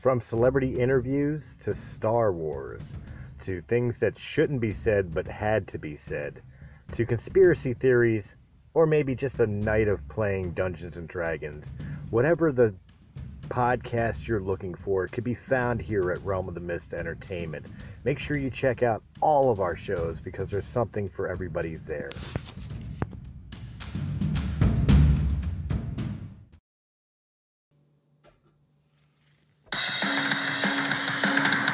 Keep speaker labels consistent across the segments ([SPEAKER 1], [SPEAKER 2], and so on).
[SPEAKER 1] from celebrity interviews to Star Wars, to things that shouldn't be said but had to be said, to conspiracy theories, or maybe just a night of playing Dungeons and Dragons. Whatever the podcast you're looking for could be found here at Realm of the Mist Entertainment. Make sure you check out all of our shows because there's something for everybody there.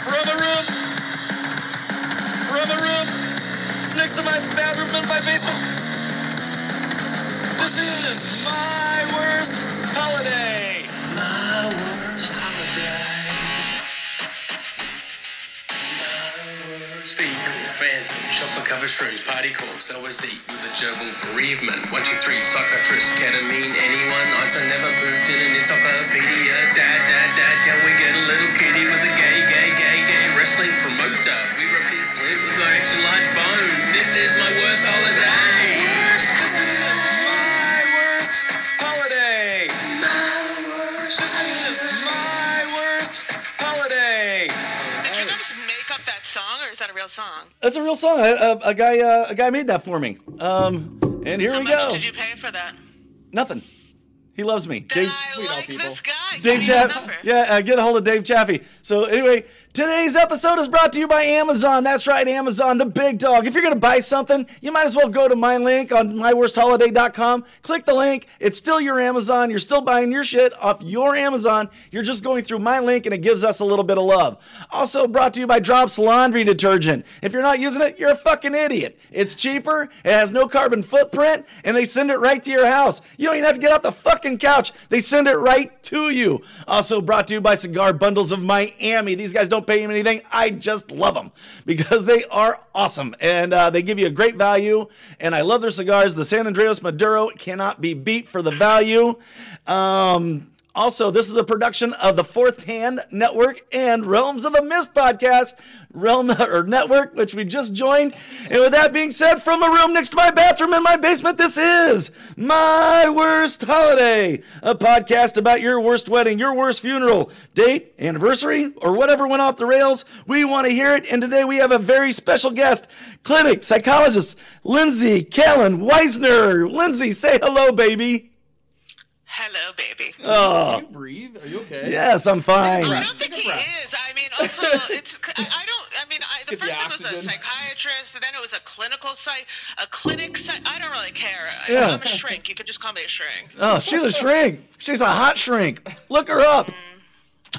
[SPEAKER 2] Brethren, brethren, next to my bathroom in my basement. This is my worst holiday. My worst holiday. Feet, cool fans, chocolate covered shrooms, party corpse, LSD with a gerbil bereavement. One, two, three, psychiatrist, ketamine, anyone. I'd never pooped in an encyclopedia. Dad, dad, dad, can we get a little kitty with a gay, gay, gay, gay wrestling promoter? We replace Clint with my action large bone. This is my worst holiday. This is my worst holiday. My worst. This is my worst holiday.
[SPEAKER 3] Did you guys make up that song, or is that a real song?
[SPEAKER 4] That's a real song. I, a, a guy, uh, a guy made that for me. Um, and here
[SPEAKER 3] How
[SPEAKER 4] we
[SPEAKER 3] much
[SPEAKER 4] go.
[SPEAKER 3] did you pay for that?
[SPEAKER 4] Nothing. He loves me.
[SPEAKER 3] Then
[SPEAKER 4] Dave,
[SPEAKER 3] I
[SPEAKER 5] tweet all
[SPEAKER 3] like
[SPEAKER 5] people.
[SPEAKER 3] this guy. Give
[SPEAKER 4] Dave
[SPEAKER 3] me his
[SPEAKER 4] Chaff.
[SPEAKER 3] number.
[SPEAKER 4] Yeah, uh, get a hold of Dave Chaffee. So anyway, today's episode is brought to you by Amazon. That's right, Amazon, the big dog. If you're gonna buy something, you might as well go to my link on myworstholiday.com. Click the link. It's still your Amazon. You're still buying your shit off your Amazon. You're just going through my link, and it gives us a little bit of love. Also brought to you by Drops Laundry Detergent. If you're not using it, you're a fucking idiot. It's cheaper. It has no carbon footprint, and they send it right to your house. You don't even have to get off the fucking couch. They send it right to you. Also brought to you by Cigar Bundles of Miami. These guys don't pay me anything. I just love them because they are awesome and uh, they give you a great value. And I love their cigars. The San Andreas Maduro cannot be beat for the value. Um, also, this is a production of the Fourth Hand Network and Realms of the Mist podcast, Realm or Network, which we just joined. And with that being said, from a room next to my bathroom in my basement, this is my worst holiday, a podcast about your worst wedding, your worst funeral, date, anniversary, or whatever went off the rails. We want to hear it. And today we have a very special guest, clinic psychologist Lindsay Callen Weisner. Lindsay, say hello, baby.
[SPEAKER 3] Hello, baby.
[SPEAKER 4] Oh.
[SPEAKER 5] Can you breathe? Are you okay?
[SPEAKER 4] Yes, I'm fine.
[SPEAKER 3] I don't think he is. I mean, also, it's. I I don't. I mean, I, the
[SPEAKER 5] Get the
[SPEAKER 3] first time it was a
[SPEAKER 5] oxygen.
[SPEAKER 3] psychiatrist, and then it was a clinical site, a clinic site. I don't really care. I,
[SPEAKER 4] Yeah.
[SPEAKER 3] I'm a shrink. You could just call me a shrink.
[SPEAKER 4] Oh, she's a shrink. She's a hot shrink. Look her up.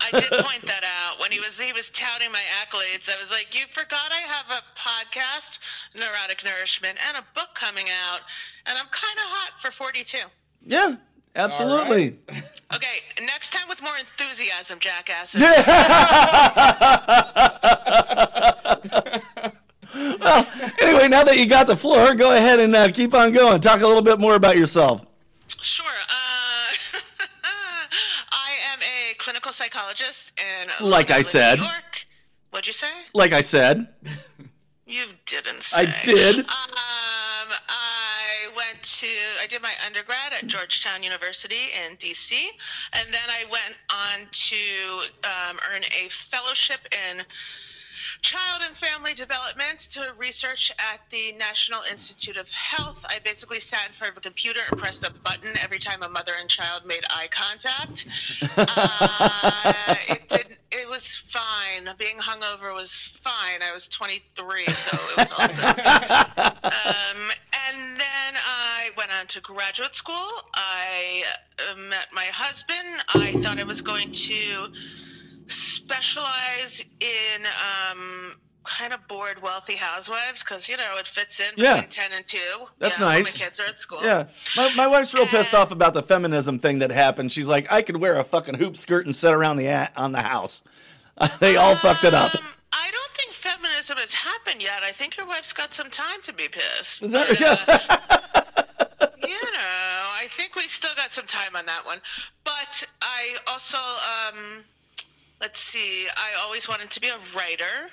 [SPEAKER 3] I did point that out when he was he was touting my accolades. I was like, "You forgot I have a podcast, Neurotic Nourishment, and a book coming out, and I'm kind of hot for 42."
[SPEAKER 4] Yeah, absolutely.
[SPEAKER 3] Okay, next time with more enthusiasm, jackasses.
[SPEAKER 4] Anyway, now that you got the floor, go ahead and uh, keep on going. Talk a little bit more about yourself.
[SPEAKER 3] Sure. Uh, I am a clinical psychologist in
[SPEAKER 4] Like I
[SPEAKER 3] Long Island,
[SPEAKER 4] said.
[SPEAKER 3] New York. What'd you say?
[SPEAKER 4] Like I said,
[SPEAKER 3] You didn't say.
[SPEAKER 4] I did.
[SPEAKER 3] Um, I went to, I did my undergrad at Georgetown University in DC, and then I went on to um, earn a fellowship in child and family development to research at the National Institute of Health. I basically sat in front of a computer and pressed a button every time a mother and child made eye contact. Uh, it didn't. It was fine. Being hungover was fine. I was 23, so it was all good. Um, and then I went on to graduate school. I uh, met my husband. I thought I was going to specialize in um, kind of bored wealthy housewives because you know it fits in
[SPEAKER 4] Yeah.
[SPEAKER 3] between 10 and 2
[SPEAKER 4] That's
[SPEAKER 3] yeah, when
[SPEAKER 4] nice.
[SPEAKER 3] my kids are at school
[SPEAKER 4] Yeah, my, my wife's real pissed off about the feminism thing that happened. She's like, I could wear a fucking hoop skirt and sit around the a- on the house. they all fucked it up.
[SPEAKER 3] Um, I don't think feminism has happened yet. I think your wife's got some time to be pissed.
[SPEAKER 4] Is that-
[SPEAKER 3] But,
[SPEAKER 4] yeah.
[SPEAKER 3] you know, I think we still got some time on that one. But I also, um, let's see, I always wanted to be a writer,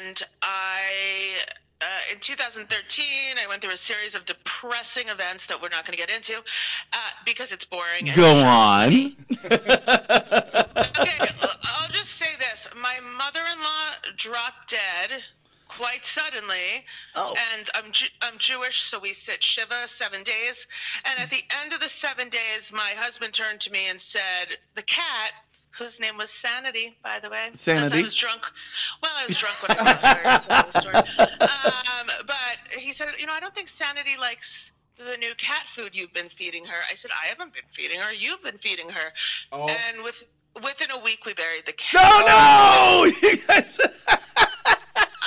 [SPEAKER 3] and I. Uh, in 2013, I went through a series of depressing events that we're not going to get into uh, because it's boring. and
[SPEAKER 4] Go
[SPEAKER 3] it stresses
[SPEAKER 4] on.
[SPEAKER 3] okay, uh, my mother-in-law dropped dead quite suddenly.
[SPEAKER 4] Oh.
[SPEAKER 3] And I'm, Ju- I'm Jewish, so we sit Shiva seven days. And at the end of the seven days, my husband turned to me and said, The cat, whose name was Sanity, by the way. 'cause
[SPEAKER 4] Sanity.
[SPEAKER 3] I was drunk. Well, I was drunk when I got there. That's another story. Um, but he said, You know, I don't think Sanity likes the new cat food you've been feeding her. I said, I haven't been feeding her. You've been feeding her.
[SPEAKER 5] Oh.
[SPEAKER 3] And with. Within a week, we buried the cat.
[SPEAKER 4] Oh no! You guys.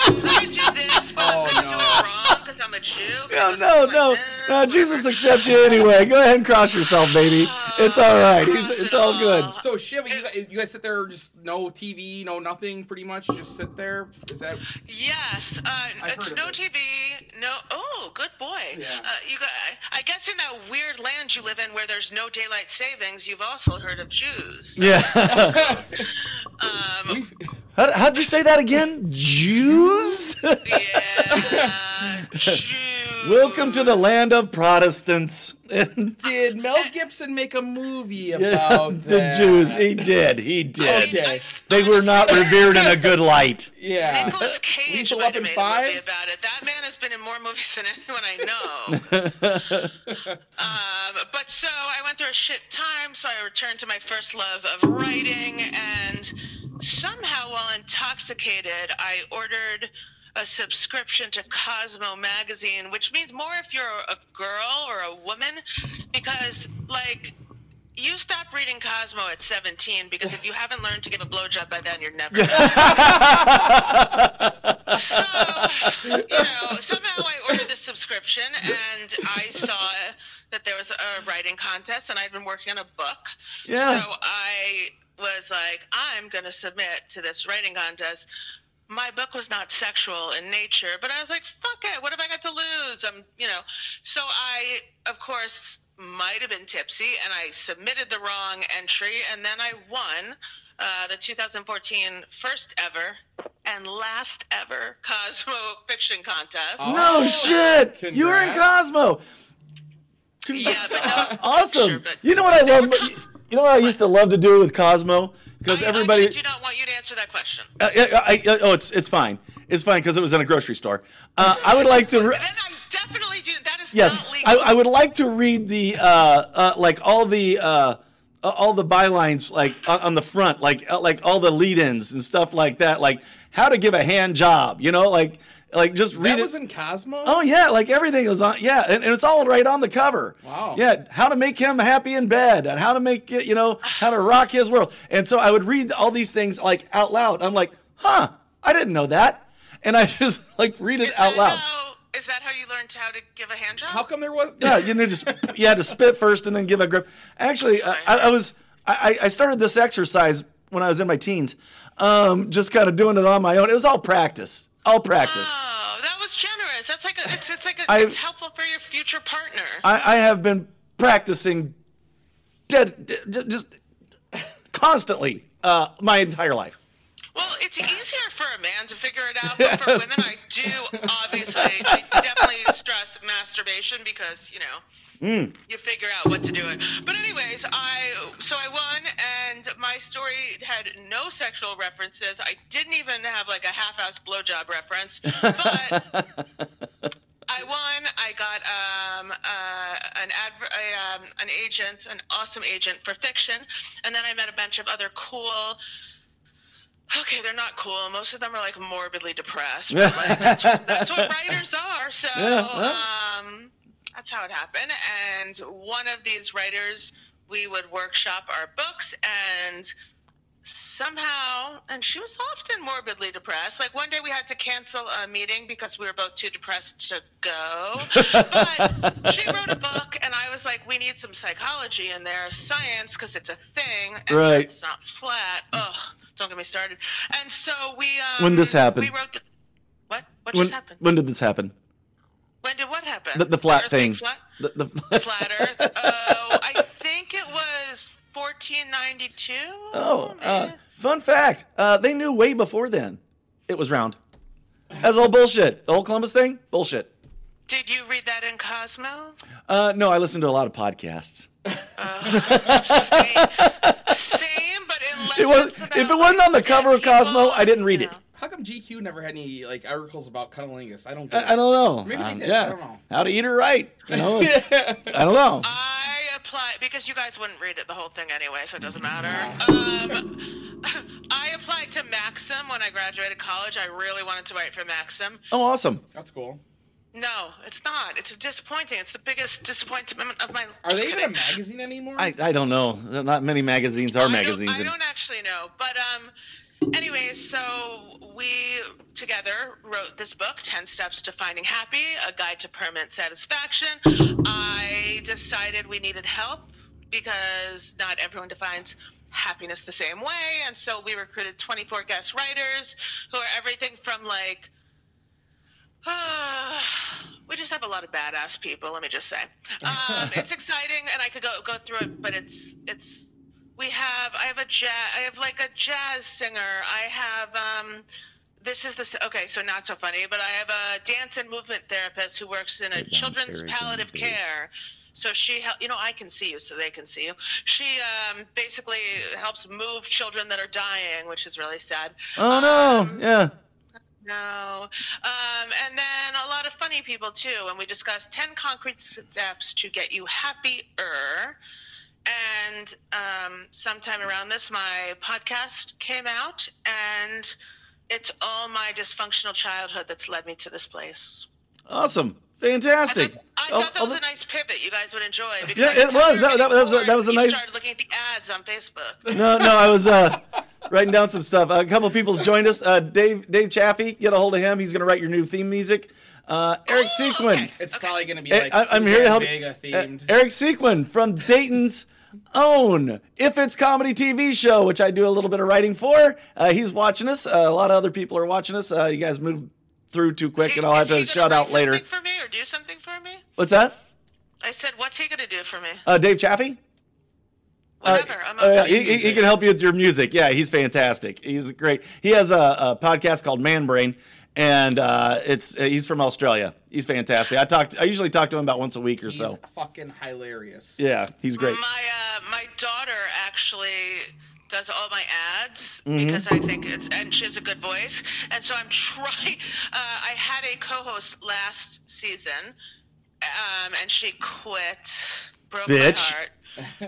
[SPEAKER 3] I'm gonna do this, but I'm
[SPEAKER 5] Oh,
[SPEAKER 3] gonna do
[SPEAKER 5] no.
[SPEAKER 3] it wrong because I'm a Jew.
[SPEAKER 4] No,
[SPEAKER 3] Because
[SPEAKER 4] no,
[SPEAKER 3] I'm
[SPEAKER 4] no,
[SPEAKER 3] like, eh,
[SPEAKER 4] no. Jesus
[SPEAKER 3] whatever.
[SPEAKER 4] accepts you anyway. Go ahead and cross yourself, baby.
[SPEAKER 3] Oh,
[SPEAKER 4] It's all right. It's, it's all good.
[SPEAKER 5] Uh, So Shiva, you, guys- you guys sit there, just no TV, no nothing, pretty much, just sit there. Is that
[SPEAKER 3] Yes, uh,
[SPEAKER 5] I've
[SPEAKER 3] it's
[SPEAKER 5] heard of
[SPEAKER 3] no
[SPEAKER 5] it.
[SPEAKER 3] TV, no. Oh, good boy.
[SPEAKER 5] Yeah.
[SPEAKER 3] Uh, you got. I guess in that weird land you live in, where there's no daylight savings, you've also heard of Jews.
[SPEAKER 4] Yeah.
[SPEAKER 3] Um,
[SPEAKER 4] How, how'd you say that again? Jews?
[SPEAKER 3] yeah. Jews.
[SPEAKER 4] Welcome to the land of Protestants. And
[SPEAKER 5] did Mel Gibson make a movie
[SPEAKER 4] yeah,
[SPEAKER 5] about
[SPEAKER 4] the
[SPEAKER 5] that?
[SPEAKER 4] Jews. He did. He
[SPEAKER 3] I
[SPEAKER 4] did.
[SPEAKER 3] mean, I-
[SPEAKER 4] They were not
[SPEAKER 3] honestly,
[SPEAKER 4] revered in a good light.
[SPEAKER 5] Yeah.
[SPEAKER 3] Nicholas Cage
[SPEAKER 5] Lethal
[SPEAKER 3] might have
[SPEAKER 5] Weapon
[SPEAKER 3] made a movie
[SPEAKER 5] five?
[SPEAKER 3] about it. That man has been in more movies than anyone I know. um, but so I went through a shit time, so I returned to my first love of writing, and somehow, while intoxicated, I ordered a subscription to Cosmo magazine, which means more if you're a girl or a woman, because like. You stop reading Cosmo at 17 because if you haven't learned to give a blowjob by then, you're never. So, you know, somehow I ordered the subscription and I saw that there was a writing contest and I'd been working on a book.
[SPEAKER 4] Yeah.
[SPEAKER 3] So I was like, I'm going to submit to this writing contest. My book was not sexual in nature, but I was like, fuck it. What have I got to lose? I'm, you know. So I, of course, might have been tipsy and I submitted the wrong entry and then I won. Uh, the 2014 first ever and last ever Cosmo Fiction Contest.
[SPEAKER 4] No shit. You were in
[SPEAKER 5] Congrats.
[SPEAKER 4] Cosmo.
[SPEAKER 3] Yeah, but no,
[SPEAKER 4] Awesome.
[SPEAKER 3] Sure, but-
[SPEAKER 4] You know what I love? You know what I used to love to do with Cosmo? Because
[SPEAKER 3] I
[SPEAKER 4] everybody.
[SPEAKER 3] actually do not want Oh, you to answer that question.
[SPEAKER 4] Uh, yeah, I, I, oh, it's it's fine. It's fine because it was in a grocery store. Uh, I would like to. Re-
[SPEAKER 3] then I definitely do. That is
[SPEAKER 4] yes,
[SPEAKER 3] not legal.
[SPEAKER 4] I, I would like to read the uh, uh, like all the uh, uh, all the bylines like on, on the front, like uh, like all the lead-ins and stuff like that, like how to give a hand job. You know, like like just read
[SPEAKER 5] That
[SPEAKER 4] it.
[SPEAKER 5] was in Cosmo.
[SPEAKER 4] Oh yeah, like everything was on. Yeah, and, and it's all right on the cover.
[SPEAKER 5] Wow.
[SPEAKER 4] Yeah, how to make him happy in bed, and how to make it, you know, how to rock his world. And so I would read all these things like out loud. I'm like, huh, I didn't know that, and I just like read it
[SPEAKER 3] Is
[SPEAKER 4] out
[SPEAKER 3] that
[SPEAKER 4] loud.
[SPEAKER 3] How, is that how you learned how to give a hand job?
[SPEAKER 5] How come there was?
[SPEAKER 4] Yeah, you know, just you had to spit first and then give a grip. Actually, I, I I was I, I I started this exercise when I was in my teens, um, just kind of doing it on my own. It was all practice, all practice.
[SPEAKER 3] Oh, that was generous. That's like a, it's, it's like a,
[SPEAKER 4] I-
[SPEAKER 3] it's helpful for your future partner.
[SPEAKER 4] I, I have been practicing dead, d- j- just constantly uh, my entire life.
[SPEAKER 3] well, it's easier for a man to figure it out, but for women, I do obviously, I definitely stress masturbation because you know. you figure out what to do it. But anyways, I so I won, and my story had no sexual references. I didn't even have like a half-assed blowjob reference, but. I won. I got um, uh, an adver- a, um, an agent, an awesome agent for fiction, and then I met a bunch of other cool. Okay, they're not cool. Most of them are like morbidly depressed. But, like, that's, what, that's what writers are. So um, that's how it happened. And one of these writers, we would workshop our books, and somehow, and she was often morbidly depressed. Like one day we had to cancel a meeting because we were both too depressed to go. But she wrote a book, and I was like, we need some psychology in there, science, because it's a thing. And
[SPEAKER 4] Right.
[SPEAKER 3] It's not flat. Ugh, don't get me started. And so we. Um,
[SPEAKER 4] When this happened?
[SPEAKER 3] We wrote the. What? What
[SPEAKER 4] When,
[SPEAKER 3] just happened?
[SPEAKER 4] when did this happen?
[SPEAKER 3] When did what happen?
[SPEAKER 4] The, the flat
[SPEAKER 3] Earth
[SPEAKER 4] thing.
[SPEAKER 3] being Flat?
[SPEAKER 4] The, the
[SPEAKER 3] Flat Earth. Oh, I think it was 1492.
[SPEAKER 4] oh, uh, fun fact. Uh, they knew way before then it was round. That's all bullshit. The whole Columbus thing, bullshit.
[SPEAKER 3] Did you read that in Cosmo?
[SPEAKER 4] Uh, no, I listen to a lot of podcasts.
[SPEAKER 3] Same, same, but in less
[SPEAKER 4] it was
[SPEAKER 3] about,
[SPEAKER 4] if it wasn't
[SPEAKER 3] like,
[SPEAKER 4] on the
[SPEAKER 3] 10
[SPEAKER 4] cover of Cosmo,
[SPEAKER 3] people,
[SPEAKER 4] I didn't read
[SPEAKER 3] you
[SPEAKER 4] it.
[SPEAKER 3] know.
[SPEAKER 5] How come GQ never had any like articles about cunnilingus? I don't. Get
[SPEAKER 4] I, I don't know.
[SPEAKER 5] Maybe they
[SPEAKER 4] Um,
[SPEAKER 5] did, I
[SPEAKER 4] yeah,
[SPEAKER 5] don't know.
[SPEAKER 4] how to eat her right. You know, it's-
[SPEAKER 5] it.
[SPEAKER 4] I don't know.
[SPEAKER 3] I applied because you guys wouldn't read it the whole thing anyway, so it doesn't matter. Um, I applied to Maxim when I graduated college. I really wanted to write for Maxim.
[SPEAKER 4] Oh, awesome.
[SPEAKER 5] That's cool.
[SPEAKER 3] No, it's not. It's disappointing. It's the biggest disappointment of my.
[SPEAKER 5] Are
[SPEAKER 3] just
[SPEAKER 5] they even a
[SPEAKER 3] kidding.
[SPEAKER 5] magazine anymore?
[SPEAKER 4] I, I don't know. Not many magazines are
[SPEAKER 3] I don't-
[SPEAKER 4] magazines.
[SPEAKER 3] I don't actually know, but um. Anyway, so we together wrote this book, 10 Steps to Finding Happy, A Guide to Permanent Satisfaction. I decided we needed help because not everyone defines happiness the same way. And so we recruited 24 guest writers who are everything from like we just have a lot of badass people. Let me just say, um, it's exciting, and I could go go through it, but it's it's we have I have a jazz I have like a jazz singer. I have um, this is the okay, so not so funny, but I have a dance and movement therapist who works in a children's
[SPEAKER 4] therapy,
[SPEAKER 3] palliative
[SPEAKER 4] please.
[SPEAKER 3] care. So she, hel- you know, I can see you, so they can see you. She um, basically helps move children that are dying, which is really sad.
[SPEAKER 4] oh no.
[SPEAKER 3] Um,
[SPEAKER 4] yeah.
[SPEAKER 3] no. Um, and then a lot of funny people too. And we discussed 10 concrete steps to get you happier. And um, sometime around this, my podcast came out, and it's all my dysfunctional childhood that's led me to this place.
[SPEAKER 4] Awesome.
[SPEAKER 3] I thought,
[SPEAKER 4] Fantastic.
[SPEAKER 3] I
[SPEAKER 4] Oh,
[SPEAKER 3] thought that
[SPEAKER 4] oh,
[SPEAKER 3] was a nice pivot you guys would enjoy. Because
[SPEAKER 4] Yeah,
[SPEAKER 3] I could
[SPEAKER 4] it
[SPEAKER 3] tell
[SPEAKER 4] was.
[SPEAKER 3] you were
[SPEAKER 4] That- that
[SPEAKER 3] getting
[SPEAKER 4] was a- that
[SPEAKER 3] bored
[SPEAKER 4] was a
[SPEAKER 3] when
[SPEAKER 4] nice-
[SPEAKER 3] You started looking at the ads on Facebook.
[SPEAKER 4] no, no, I was uh, writing down some stuff. A couple of people's joined us. Uh, Dave, Dave Chaffee, get a hold of him. He's going to write your new theme music. Uh, Eric
[SPEAKER 3] Oh,
[SPEAKER 4] Sequin.
[SPEAKER 3] okay.
[SPEAKER 5] it's probably gonna be
[SPEAKER 4] Eh,
[SPEAKER 5] like
[SPEAKER 4] I, am here to help.
[SPEAKER 5] Mega
[SPEAKER 4] Eh,
[SPEAKER 5] themed.
[SPEAKER 4] Eric Sequin from Dayton's own If It's Comedy TV show, which I do a little bit of writing for. Uh, he's watching us. Uh, a lot of other people are watching us. Uh, you guys move through too quick,
[SPEAKER 3] Is
[SPEAKER 4] and I'll have
[SPEAKER 3] is he
[SPEAKER 4] to
[SPEAKER 3] gonna
[SPEAKER 4] shout
[SPEAKER 3] write
[SPEAKER 4] out later.
[SPEAKER 3] something for me or do something for me?
[SPEAKER 4] What's that?
[SPEAKER 3] I said, what's he going to do for me?
[SPEAKER 4] Uh, Dave Chaffee. Uh,
[SPEAKER 3] Whatever. I'm
[SPEAKER 4] uh,
[SPEAKER 3] open.
[SPEAKER 4] he, he- he can help you with your music. Yeah, he's fantastic. He's great. He has a, a podcast called Man Brain, and uh, it's uh, he's from Australia. He's fantastic. I talked. I usually talk to him about once a week or
[SPEAKER 5] He's
[SPEAKER 4] so.
[SPEAKER 5] fucking hilarious.
[SPEAKER 4] Yeah, he's great.
[SPEAKER 3] My uh, my daughter actually does all my ads
[SPEAKER 4] Mm-hmm.
[SPEAKER 3] because I think it's and she has a good voice, and so I'm trying. Uh, I had a co-host last season, um, and she quit. Broke
[SPEAKER 4] Bitch.
[SPEAKER 3] my heart.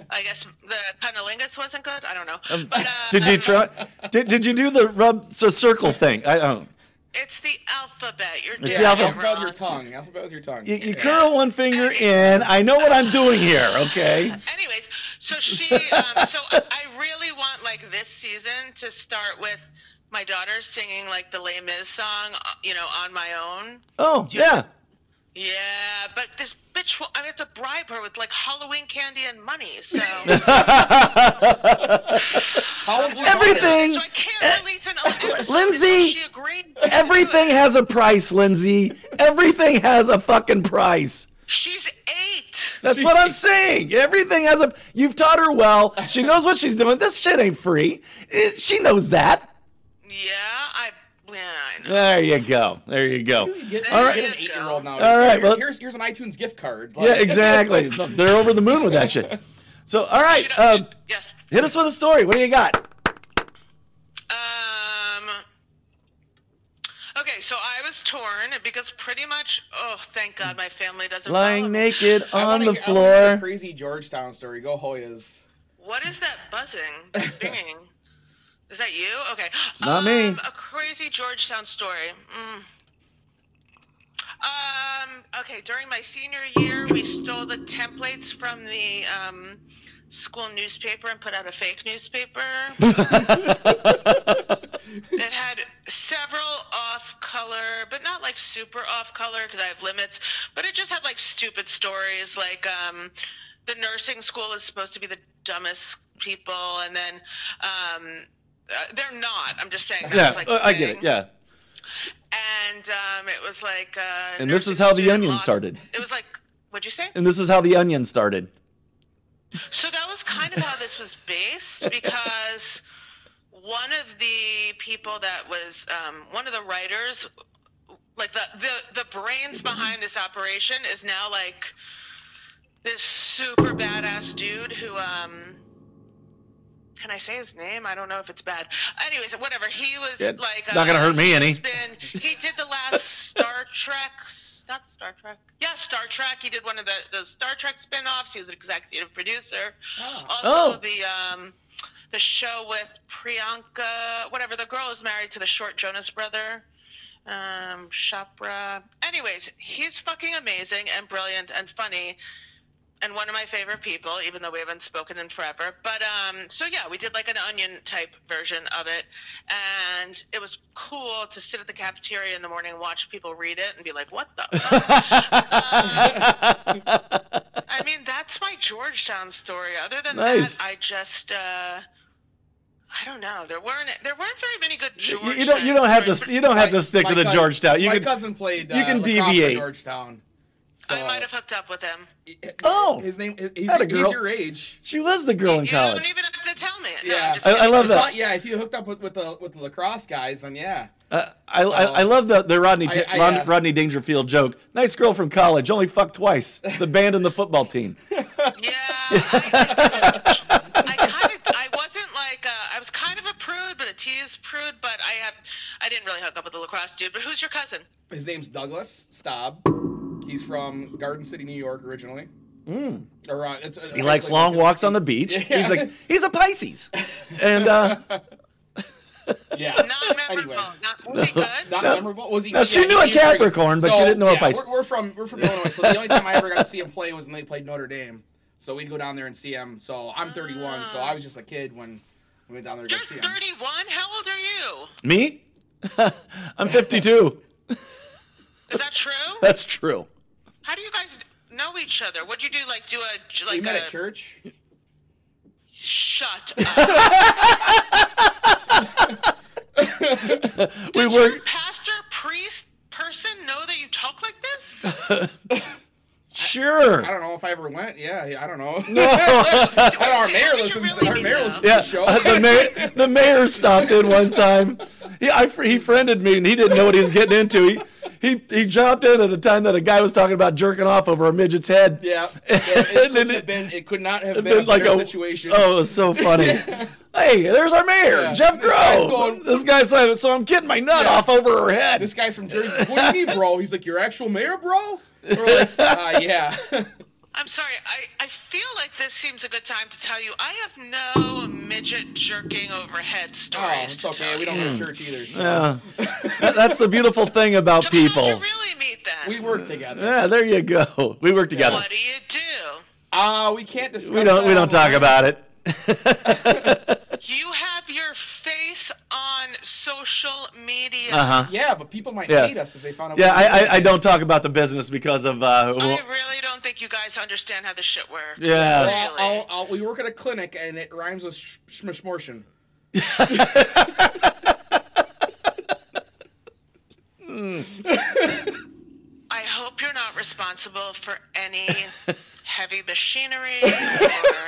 [SPEAKER 3] I guess the cunnilingus wasn't good. I don't know. but, uh,
[SPEAKER 4] did
[SPEAKER 3] um,
[SPEAKER 4] you try? Did, did you do the rub the circle thing? I oh. don't.
[SPEAKER 3] It's the alphabet. You're
[SPEAKER 4] the
[SPEAKER 3] doing
[SPEAKER 4] alpha-
[SPEAKER 3] it
[SPEAKER 5] Alphabet with your
[SPEAKER 3] wrong.
[SPEAKER 5] tongue. Alphabet with your tongue.
[SPEAKER 4] You, you curl one finger in. I know what I'm doing here. Okay.
[SPEAKER 3] anyways so she um, so i I really want like this season to start with my daughter singing like the Les Mis song uh, you know on my own
[SPEAKER 4] Oh yeah.
[SPEAKER 3] yeah but this bitch will, i have to bribe her with like halloween candy and money so
[SPEAKER 5] How old is your daughter?
[SPEAKER 4] Everything.
[SPEAKER 3] so i can't release an episode
[SPEAKER 4] Lindsay,
[SPEAKER 3] until she agreed to do
[SPEAKER 4] Everything
[SPEAKER 3] it.
[SPEAKER 4] has a price, Lindsay. Everything has a fucking price.
[SPEAKER 3] she's eight
[SPEAKER 4] That's what I'm saying. Everything has a. You've taught her well. She knows what she's doing. This shit ain't free. Eh, She knows that.
[SPEAKER 3] yeah i yeah i know
[SPEAKER 4] There you go. There you go.
[SPEAKER 5] Get,
[SPEAKER 4] All right.
[SPEAKER 5] get an eight-year-old now.
[SPEAKER 4] All right, well-
[SPEAKER 5] here's here's an iTunes gift card.
[SPEAKER 4] Yeah,
[SPEAKER 5] Like,
[SPEAKER 4] exactly. They're over the moon with that shit. So, all right.
[SPEAKER 3] She
[SPEAKER 4] Uh,
[SPEAKER 3] don't- she- yes
[SPEAKER 4] hit us with a story. What do you got?
[SPEAKER 3] Um. Okay, so I was torn because pretty much. Oh, thank God, my family doesn't. follow
[SPEAKER 4] Lying
[SPEAKER 3] me.
[SPEAKER 4] naked
[SPEAKER 5] Uh, I
[SPEAKER 4] on
[SPEAKER 5] wanna
[SPEAKER 4] the
[SPEAKER 5] hear- I wanna hear
[SPEAKER 4] floor.
[SPEAKER 5] a Crazy Georgetown story. Go Hoyas.
[SPEAKER 3] What is that buzzing? Binging. Is that you? Okay. It's
[SPEAKER 4] not me.
[SPEAKER 3] A crazy Georgetown story. Mm. Um. Okay. During my senior year, we stole the templates from the um, school newspaper and put out a fake newspaper. it had several off-color, but not like super off-color because I have limits. But it just had like stupid stories, like um, the nursing school is supposed to be the dumbest people, and then um, uh, they're not. I'm just saying. that
[SPEAKER 4] Yeah,
[SPEAKER 3] was, like,
[SPEAKER 4] uh,
[SPEAKER 3] the
[SPEAKER 4] I get it.
[SPEAKER 3] thing.
[SPEAKER 4] Yeah.
[SPEAKER 3] And um, it was like. Uh,
[SPEAKER 4] And this
[SPEAKER 3] nursing
[SPEAKER 4] is how The
[SPEAKER 3] student
[SPEAKER 4] Onion
[SPEAKER 3] lost-
[SPEAKER 4] started.
[SPEAKER 3] It was like, what'd you say?
[SPEAKER 4] And this is how the onion started.
[SPEAKER 3] So that was kind of how this was based because one of the people that was um, one of the writers, like the, the the brains behind this operation, is now like this super badass dude who um can I say his name? I don't know if it's bad. Anyways, whatever. He was
[SPEAKER 4] Yeah,
[SPEAKER 3] like um,
[SPEAKER 4] not gonna hurt me
[SPEAKER 3] he's
[SPEAKER 4] any.
[SPEAKER 3] Been, he did the last Star Trek, s- not Star Trek. Yeah, Star Trek. He did one of the those Star Trek spin-offs. He was an executive producer.
[SPEAKER 4] Oh.
[SPEAKER 3] Also the um the show with Priyanka, whatever the girl is married to the short Jonas brother. Um, Chopra. Anyways, he's fucking amazing and brilliant and funny and one of my favorite people, even though we haven't spoken in forever. But um, so yeah, we did like an onion type version of it, and it was cool to sit at the cafeteria in the morning and watch people read it and be like, "What the?" fuck?" Um, I mean, that's my Georgetown story. Other than
[SPEAKER 4] Nice.
[SPEAKER 3] that, I just. Uh, I don't know. There weren't there weren't very many good
[SPEAKER 4] You,
[SPEAKER 3] Georgetown.
[SPEAKER 4] you don't you don't have
[SPEAKER 3] stories,
[SPEAKER 4] to you don't have to
[SPEAKER 5] My-
[SPEAKER 4] stick
[SPEAKER 5] my
[SPEAKER 4] to the
[SPEAKER 5] cousin-
[SPEAKER 4] Georgetown. You
[SPEAKER 5] my
[SPEAKER 4] can
[SPEAKER 5] cousin played. Uh,
[SPEAKER 4] you can
[SPEAKER 5] lacrosse at
[SPEAKER 4] deviate.
[SPEAKER 5] Georgetown.
[SPEAKER 3] but I
[SPEAKER 5] So,
[SPEAKER 3] might have hooked up with him.
[SPEAKER 4] Oh,
[SPEAKER 5] his name. He's, he's
[SPEAKER 4] had a girl.
[SPEAKER 5] your age.
[SPEAKER 4] she was the girl in
[SPEAKER 3] you
[SPEAKER 4] college.
[SPEAKER 3] don't even have to tell me. No, I'm
[SPEAKER 5] Yeah,
[SPEAKER 3] just
[SPEAKER 4] I- I
[SPEAKER 3] kidding.
[SPEAKER 4] love that.
[SPEAKER 5] But yeah, if you hooked up with, with the with the lacrosse guys, then yeah.
[SPEAKER 4] Uh, I, I, I love the, the Rodney
[SPEAKER 5] Um, I- I,
[SPEAKER 4] Rod-
[SPEAKER 5] uh,
[SPEAKER 4] Rodney Dangerfield joke. Nice girl from college, only fucked twice. The band and the football team.
[SPEAKER 3] Yeah, I, I kind of, I wasn't like, uh, I was kind of a prude, but a tease prude. But I have, I didn't really hook up with the lacrosse dude. But who's your cousin?
[SPEAKER 5] His name's Douglas Staub. He's from Garden City, New York, originally. Or, uh, it's,
[SPEAKER 4] Hmm. He likes long walks on the beach. He's a he's a Pisces, and uh,
[SPEAKER 5] Yeah.
[SPEAKER 3] Not memorable.
[SPEAKER 5] Anyway.
[SPEAKER 3] Not was he good?
[SPEAKER 5] Not memorable. Was he?
[SPEAKER 4] No, she
[SPEAKER 5] yeah,
[SPEAKER 4] knew
[SPEAKER 5] he
[SPEAKER 4] a
[SPEAKER 5] was pretty good.
[SPEAKER 4] Capricorn, but she didn't know a
[SPEAKER 5] yeah,
[SPEAKER 4] Pisces.
[SPEAKER 5] We're, we're from we're from Illinois, so the only time I ever got to see him play was when they played Notre Dame. So we'd go down there and see him. So I'm 31, so I was just a kid when we went down there to
[SPEAKER 3] You're
[SPEAKER 5] go see him.
[SPEAKER 3] 31. How old are you?
[SPEAKER 4] me, I'm 52.
[SPEAKER 3] Is that true?
[SPEAKER 4] That's true.
[SPEAKER 3] How do you guys know each other? What'd you do? Like do a
[SPEAKER 5] We
[SPEAKER 3] like
[SPEAKER 5] met
[SPEAKER 3] a
[SPEAKER 5] at church.
[SPEAKER 3] shut up?
[SPEAKER 4] We
[SPEAKER 3] Does
[SPEAKER 4] were
[SPEAKER 3] your pastor priest person know that you talk like this?
[SPEAKER 4] sure.
[SPEAKER 5] I don't know if I ever went. Yeah, I don't know.
[SPEAKER 3] Wait,
[SPEAKER 5] our
[SPEAKER 3] did-
[SPEAKER 5] mayor
[SPEAKER 3] did you
[SPEAKER 5] listens.
[SPEAKER 3] really
[SPEAKER 5] Our
[SPEAKER 3] mean
[SPEAKER 5] mayor
[SPEAKER 3] that?
[SPEAKER 5] listens.
[SPEAKER 4] Yeah,
[SPEAKER 5] show.
[SPEAKER 4] uh, the mayor the mayor stopped in one time. He I, fr- he friended me and he didn't know what he was getting into. He he he dropped in at a time that a guy was talking about jerking off over a midget's head.
[SPEAKER 5] Yeah,
[SPEAKER 4] And then
[SPEAKER 5] it, it, couldn't have been, it could not have been,
[SPEAKER 4] Been
[SPEAKER 5] a better situation.
[SPEAKER 4] Oh, it was so funny. Hey, there's our mayor,
[SPEAKER 5] Yeah.
[SPEAKER 4] Jeff
[SPEAKER 5] This guy's
[SPEAKER 4] Groh.
[SPEAKER 5] going-
[SPEAKER 4] this guy said, "So I'm getting my nut
[SPEAKER 5] Yeah.
[SPEAKER 4] off over her head."
[SPEAKER 5] This guy's from Jersey. What do you mean, bro? He's like, your actual mayor, bro? We're like, uh, yeah.
[SPEAKER 3] I'm sorry. I, I feel like this seems a good time to tell you I have no midget jerking overhead
[SPEAKER 5] oh,
[SPEAKER 3] stories
[SPEAKER 5] it's
[SPEAKER 3] to
[SPEAKER 5] okay.
[SPEAKER 3] tell
[SPEAKER 5] We don't
[SPEAKER 3] you.
[SPEAKER 5] go to church either. So.
[SPEAKER 4] Hmm. Yeah. That- that's the beautiful thing about
[SPEAKER 3] So
[SPEAKER 4] people.
[SPEAKER 3] How'd you really meet them?
[SPEAKER 5] We work together.
[SPEAKER 4] yeah, there you go. We work together.
[SPEAKER 3] what do you do?
[SPEAKER 5] Uh, we can't discuss.
[SPEAKER 4] We don't
[SPEAKER 5] that
[SPEAKER 4] we don't
[SPEAKER 5] online.
[SPEAKER 4] talk about it.
[SPEAKER 3] You have your face on social media.
[SPEAKER 4] Uh huh.
[SPEAKER 5] Yeah, but people might
[SPEAKER 4] Yeah.
[SPEAKER 5] hate us if they found out.
[SPEAKER 4] Yeah,
[SPEAKER 5] we-
[SPEAKER 4] I, I, I don't talk about the business because of uh. who-
[SPEAKER 3] I really don't think you guys understand how this shit works.
[SPEAKER 4] Yeah.
[SPEAKER 3] Really.
[SPEAKER 5] Well, I'll, I'll, we work at a clinic, and it rhymes with sh- schmishmortion.
[SPEAKER 3] I hope you're not responsible for any heavy machinery or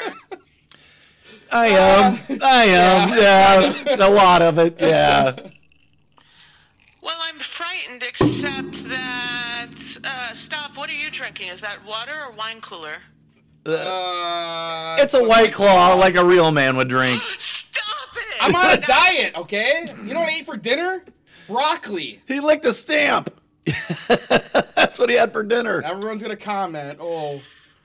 [SPEAKER 4] I
[SPEAKER 5] Uh,
[SPEAKER 4] am. I am. Yeah. a lot of it. Yeah.
[SPEAKER 3] Well, I'm frightened, except that. Uh, stop. What are you drinking? Is that water or wine cooler?
[SPEAKER 5] Uh,
[SPEAKER 4] It's a
[SPEAKER 5] but
[SPEAKER 4] white claw like a real man would drink.
[SPEAKER 3] Stop it!
[SPEAKER 5] I'm on a
[SPEAKER 3] That's-
[SPEAKER 5] diet, okay? You know what I ate for dinner? Broccoli.
[SPEAKER 4] He licked a stamp. That's what he had for dinner.
[SPEAKER 5] Everyone's gonna comment. Oh,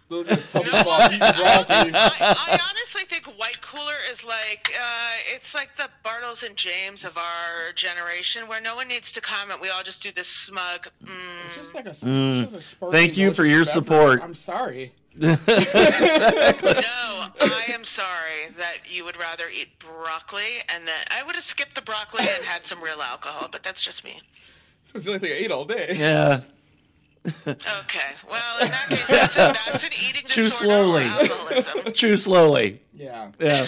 [SPEAKER 5] look at this tubby
[SPEAKER 3] No,
[SPEAKER 5] ball eating broccoli.
[SPEAKER 3] I, I honestly think white cooler is like uh, it's like the Bartles and James of our generation, where no one needs to comment. We all just do this smug. Mm.
[SPEAKER 5] It's just like a. it's just a sparkling
[SPEAKER 4] Thank you for your
[SPEAKER 5] delicious
[SPEAKER 4] support.
[SPEAKER 5] beverage. I'm sorry.
[SPEAKER 3] No, I am sorry that you would rather eat broccoli, and that I would have skipped the broccoli and had some real alcohol. But that's just me.
[SPEAKER 5] It was the only thing I ate all day.
[SPEAKER 4] Yeah.
[SPEAKER 3] Okay. Well, in that case, that's, a, that's an eating
[SPEAKER 4] Chew
[SPEAKER 3] disorder
[SPEAKER 4] slowly.
[SPEAKER 3] or alcoholism.
[SPEAKER 4] Chew slowly.
[SPEAKER 5] Yeah.
[SPEAKER 4] Yeah.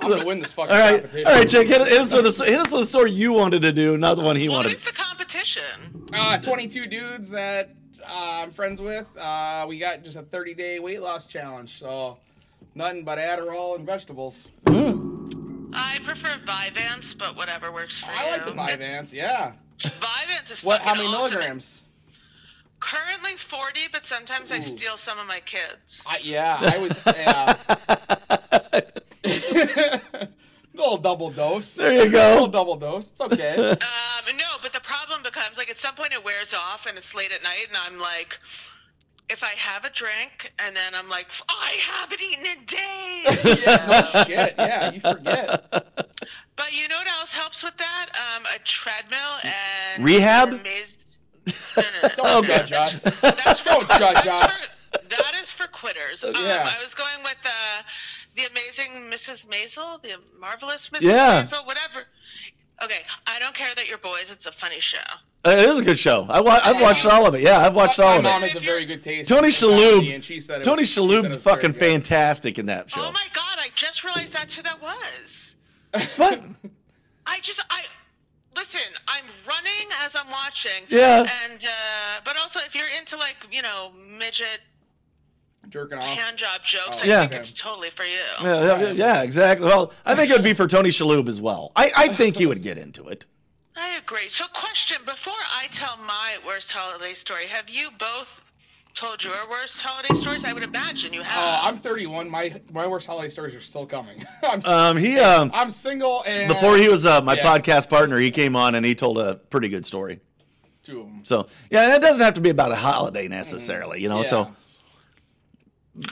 [SPEAKER 5] I'm gonna win this fucking
[SPEAKER 4] All right.
[SPEAKER 5] competition.
[SPEAKER 4] All right, Jake. Hit, hit us with the hit us with the story you wanted to do, not the one he
[SPEAKER 3] What
[SPEAKER 4] wanted.
[SPEAKER 3] is the competition?
[SPEAKER 5] Uh, 22 dudes that uh, I'm friends with. Uh, we got just a 30 day weight loss challenge. So nothing but Adderall and vegetables.
[SPEAKER 4] Hmm.
[SPEAKER 3] I prefer Vyvanse, but whatever works for
[SPEAKER 5] I
[SPEAKER 3] you.
[SPEAKER 5] like the Vyvanse. Yeah.
[SPEAKER 3] Vyvanse is
[SPEAKER 5] What? How
[SPEAKER 3] fucking
[SPEAKER 5] many
[SPEAKER 3] awesome.
[SPEAKER 5] milligrams?
[SPEAKER 3] Currently 40, but sometimes I steal some of my kids.
[SPEAKER 5] I, yeah, I was. Yeah. double dose.
[SPEAKER 4] There you go.
[SPEAKER 5] A little double dose. It's okay.
[SPEAKER 3] Um, no, but the problem becomes like at some point it wears off and it's late at night and I'm like, if I have a drink and then I'm like, I haven't eaten in days.
[SPEAKER 5] yeah, shit. Yeah, you forget.
[SPEAKER 3] but you know what else helps with that? Um, a treadmill and
[SPEAKER 4] Rehab?
[SPEAKER 3] you're amazed- No, no, no,
[SPEAKER 5] Don't
[SPEAKER 3] no,
[SPEAKER 5] judge
[SPEAKER 3] that's-
[SPEAKER 5] us.
[SPEAKER 3] That's for,
[SPEAKER 5] Don't judge
[SPEAKER 3] that's
[SPEAKER 5] us.
[SPEAKER 3] for- that is for quitters. Um,
[SPEAKER 5] Yeah.
[SPEAKER 3] I was going with uh, the amazing Mrs. Maisel, the marvelous Mrs.
[SPEAKER 4] Yeah.
[SPEAKER 3] Maisel, whatever. Okay, I don't care that you're boys. It's a funny show.
[SPEAKER 4] Uh, It is a good show. I wa- I've watched all of it. Yeah, I've watched all
[SPEAKER 5] My
[SPEAKER 4] of
[SPEAKER 5] mom
[SPEAKER 4] it.
[SPEAKER 5] has a very good taste.
[SPEAKER 4] Tony
[SPEAKER 5] in comedy,
[SPEAKER 4] Shalhoub.
[SPEAKER 5] and she said it
[SPEAKER 4] Tony
[SPEAKER 5] was- she said it
[SPEAKER 4] Shalhoub's
[SPEAKER 5] was
[SPEAKER 4] fucking
[SPEAKER 5] very good.
[SPEAKER 4] fantastic in that show.
[SPEAKER 3] Oh my god, I just realized that's who that was.
[SPEAKER 4] What?
[SPEAKER 3] I just I listen, I'm running as I'm watching.
[SPEAKER 4] Yeah.
[SPEAKER 3] And uh but also if you're into like, you know, midget
[SPEAKER 5] Jerking off.
[SPEAKER 3] hand job jokes, I
[SPEAKER 4] Oh. Yeah.
[SPEAKER 3] think it's totally for you.
[SPEAKER 4] Yeah, yeah,
[SPEAKER 5] Right.
[SPEAKER 4] yeah, exactly. Well, I think it would be for Tony Shalhoub as well. I, I think he would get into it.
[SPEAKER 3] I agree. So question before I tell my worst holiday story, have you both told your worst holiday stories? I would imagine you
[SPEAKER 5] Uh,
[SPEAKER 3] have.
[SPEAKER 5] I'm 31. My my worst holiday stories are still coming. I'm s-
[SPEAKER 4] Um, he um,
[SPEAKER 5] I'm single and
[SPEAKER 4] before he was uh, my
[SPEAKER 5] Yeah.
[SPEAKER 4] podcast partner, he came on and he told a pretty good story.
[SPEAKER 5] two of 'em.
[SPEAKER 4] So yeah, and it doesn't have to be about a holiday necessarily, you know.
[SPEAKER 5] Mm-hmm. Yeah.
[SPEAKER 4] So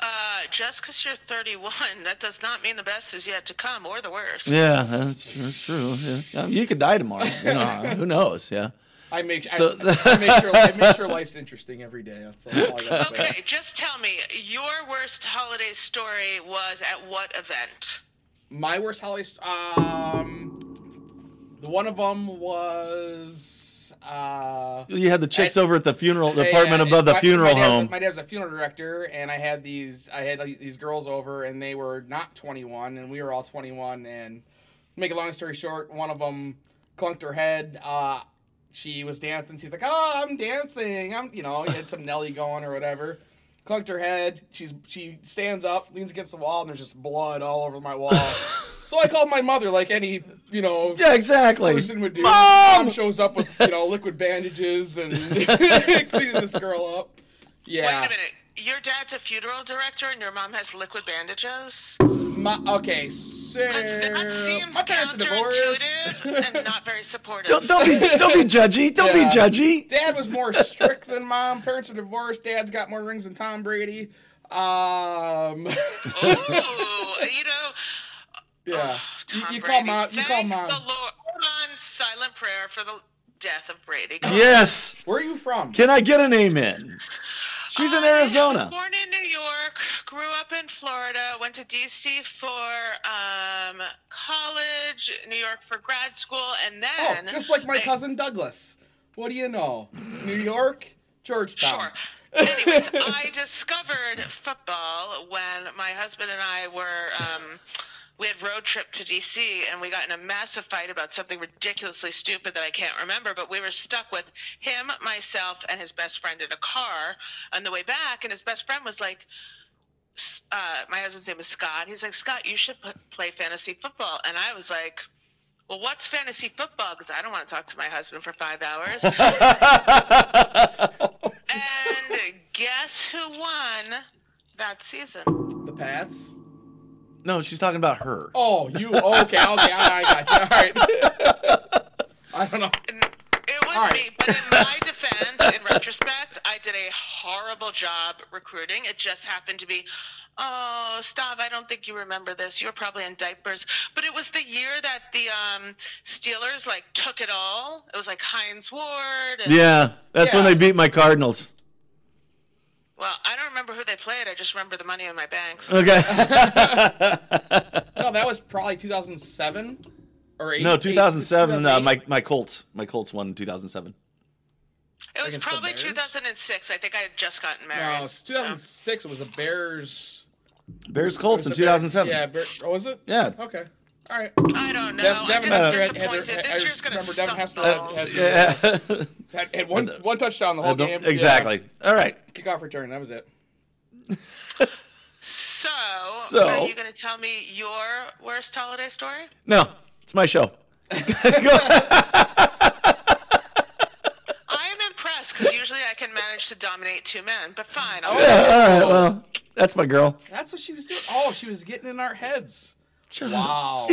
[SPEAKER 3] uh, just because you're 31, that does not mean the best is yet to come or the worst.
[SPEAKER 4] yeah, that's, that's true. Yeah. Um, you could die tomorrow. You know, who knows? Yeah.
[SPEAKER 5] I make
[SPEAKER 4] So-
[SPEAKER 5] I, I make sure I make sure life's interesting every day. That's all I gotta say.
[SPEAKER 3] Okay, just tell me your worst holiday story was at what event?
[SPEAKER 5] My worst holiday. St- um, the one of them was uh.
[SPEAKER 4] You had the chicks
[SPEAKER 5] I-
[SPEAKER 4] over at the funeral, the
[SPEAKER 5] I
[SPEAKER 4] apartment
[SPEAKER 5] had-
[SPEAKER 4] above the
[SPEAKER 5] my-
[SPEAKER 4] funeral
[SPEAKER 5] my dad was-
[SPEAKER 4] home.
[SPEAKER 5] my dad was a funeral director, and I had these I had like, these girls over, and they were not 21, and we were all 21. And to make a long story short, one of them clunked her head. Uh, she was dancing. She's like, "Oh, I'm dancing. I'm you know had some Nelly going or whatever." Clunked her head. She's she stands up, leans against the wall, and there's just blood all over my wall. so I called my mother, like any you know
[SPEAKER 4] Yeah, exactly.
[SPEAKER 5] person would do.
[SPEAKER 4] Mom!
[SPEAKER 5] Mom shows up with you know liquid bandages and cleaning this girl up. Yeah.
[SPEAKER 3] Wait a minute. Your dad's a funeral director and your mom has liquid bandages?
[SPEAKER 5] My, okay. So
[SPEAKER 3] That seems
[SPEAKER 5] Uh, my parents are divorced.
[SPEAKER 3] counterintuitive and not very supportive.
[SPEAKER 4] Don't don't be don't be judgy. Don't be
[SPEAKER 5] Yeah.
[SPEAKER 4] judgy.
[SPEAKER 5] Dad was more strict than mom. Parents are divorced. Dad's got more rings than Tom Brady. Um.
[SPEAKER 3] Ooh, you know,
[SPEAKER 5] Yeah. You,
[SPEAKER 3] Tom
[SPEAKER 5] you call
[SPEAKER 3] Brady.
[SPEAKER 5] mom. You
[SPEAKER 3] Thank
[SPEAKER 5] call
[SPEAKER 3] the
[SPEAKER 5] mom.
[SPEAKER 3] Lord. Hold on, silent prayer for the death of Brady. Go on.
[SPEAKER 4] Yes.
[SPEAKER 5] Where are you from?
[SPEAKER 4] Can I get an amen? She's in
[SPEAKER 3] I
[SPEAKER 4] Arizona.
[SPEAKER 3] was born in New York, grew up in Florida, went to DC for um, college, New York for grad school, and
[SPEAKER 5] Oh,
[SPEAKER 3] then
[SPEAKER 5] just like my cousin Douglas. What do you know? New York, Georgetown.
[SPEAKER 3] Sure. Anyways, I discovered football when my husband and I were. Um, we had road trip to DC and we got in a massive fight about something ridiculously stupid that I can't remember, but we were stuck with him, myself, and his best friend in a car on the way back. And his best friend was like, s- uh, my husband's name is Scott. He's like, Scott, you should put, play fantasy football. And I was like, well, what's fantasy football? Because I don't want to talk to my husband for five hours. and guess who won that season?
[SPEAKER 5] The Pats.
[SPEAKER 4] No, she's talking about her.
[SPEAKER 5] Oh, you okay? Okay, I, I got you. All right. I don't know.
[SPEAKER 3] It was
[SPEAKER 5] All right.
[SPEAKER 3] me, but in my defense, in retrospect, I did a horrible job recruiting. It just happened to be, oh, Stav, I don't think you remember this. You were probably in diapers, but it was the year that the um, Steelers like took it all. It was like Heinz Ward. And,
[SPEAKER 4] Yeah, that's when
[SPEAKER 5] Yeah.
[SPEAKER 4] they beat my Cardinals.
[SPEAKER 3] Well, I don't remember who they played. I just remember the money in my
[SPEAKER 5] Uh,
[SPEAKER 3] banks.
[SPEAKER 4] Okay.
[SPEAKER 5] No, that was probably 2007 or eight,
[SPEAKER 4] no,
[SPEAKER 5] eight-
[SPEAKER 4] 2007. Uh,
[SPEAKER 5] 2008.
[SPEAKER 4] my my Colts. My Colts won in 2007.
[SPEAKER 3] It was
[SPEAKER 5] Against the
[SPEAKER 3] probably
[SPEAKER 5] Bears?
[SPEAKER 3] 2006. I think I had just gotten married.
[SPEAKER 5] No, it's 2006. It was the Bears.
[SPEAKER 4] Bears
[SPEAKER 5] it
[SPEAKER 4] Colts
[SPEAKER 5] was
[SPEAKER 4] in
[SPEAKER 5] the Bear-
[SPEAKER 4] 2007.
[SPEAKER 5] Yeah, Bear, oh, was it?
[SPEAKER 4] Yeah.
[SPEAKER 5] Okay. All right.
[SPEAKER 3] I don't know.
[SPEAKER 5] Dev-
[SPEAKER 3] I'm
[SPEAKER 5] Devin
[SPEAKER 3] just
[SPEAKER 5] Hester had- had-
[SPEAKER 3] disappointed.
[SPEAKER 5] had-
[SPEAKER 3] this
[SPEAKER 5] I
[SPEAKER 3] year's gonna
[SPEAKER 5] remember
[SPEAKER 3] suck
[SPEAKER 5] Devin Hester
[SPEAKER 3] balls.
[SPEAKER 5] had- had-
[SPEAKER 4] Yeah.
[SPEAKER 5] Had, had one
[SPEAKER 4] And the-
[SPEAKER 5] one touchdown the whole
[SPEAKER 4] Don't-
[SPEAKER 5] game.
[SPEAKER 4] exactly. All right.
[SPEAKER 5] Yeah, kickoff return. That was it.
[SPEAKER 3] So,
[SPEAKER 4] So-
[SPEAKER 3] are you going to tell me your worst holiday story?
[SPEAKER 4] No, it's my show.
[SPEAKER 3] I am impressed because usually I can manage to dominate two men, but fine. I'll
[SPEAKER 4] Yeah, all right. Well, that's my girl.
[SPEAKER 5] That's what she was doing. Oh, she was getting in our heads.
[SPEAKER 4] Just-
[SPEAKER 5] Wow.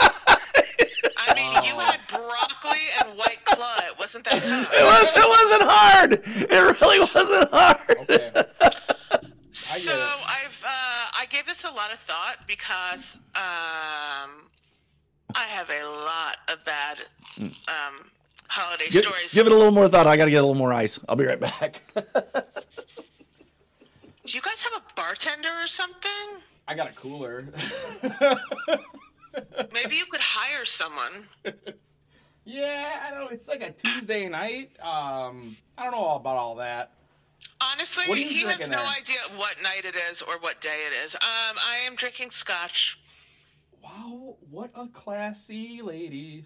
[SPEAKER 3] I mean,
[SPEAKER 5] Oh.
[SPEAKER 3] you had broccoli and white claw. It wasn't that
[SPEAKER 4] It,
[SPEAKER 3] tough.
[SPEAKER 4] was, it wasn't hard. It really wasn't hard.
[SPEAKER 5] Okay. get
[SPEAKER 3] So
[SPEAKER 5] it.
[SPEAKER 3] I've uh, I gave this a lot of thought because um, I have a lot of bad um, holiday
[SPEAKER 4] Gi-
[SPEAKER 3] stories.
[SPEAKER 4] Give it a little more thought. I got to get a little more ice. I'll be right back.
[SPEAKER 3] Do you guys have a bartender or something?
[SPEAKER 5] I got a cooler.
[SPEAKER 3] Maybe you could hire someone.
[SPEAKER 5] yeah, I don't know. It's like a Tuesday night. Um, I don't know all about all that.
[SPEAKER 3] Honestly,
[SPEAKER 5] What are you
[SPEAKER 3] he has
[SPEAKER 5] drinking
[SPEAKER 3] no
[SPEAKER 5] there?
[SPEAKER 3] idea what night it is or what day it is. Um, I am drinking scotch.
[SPEAKER 5] Wow, what a classy lady.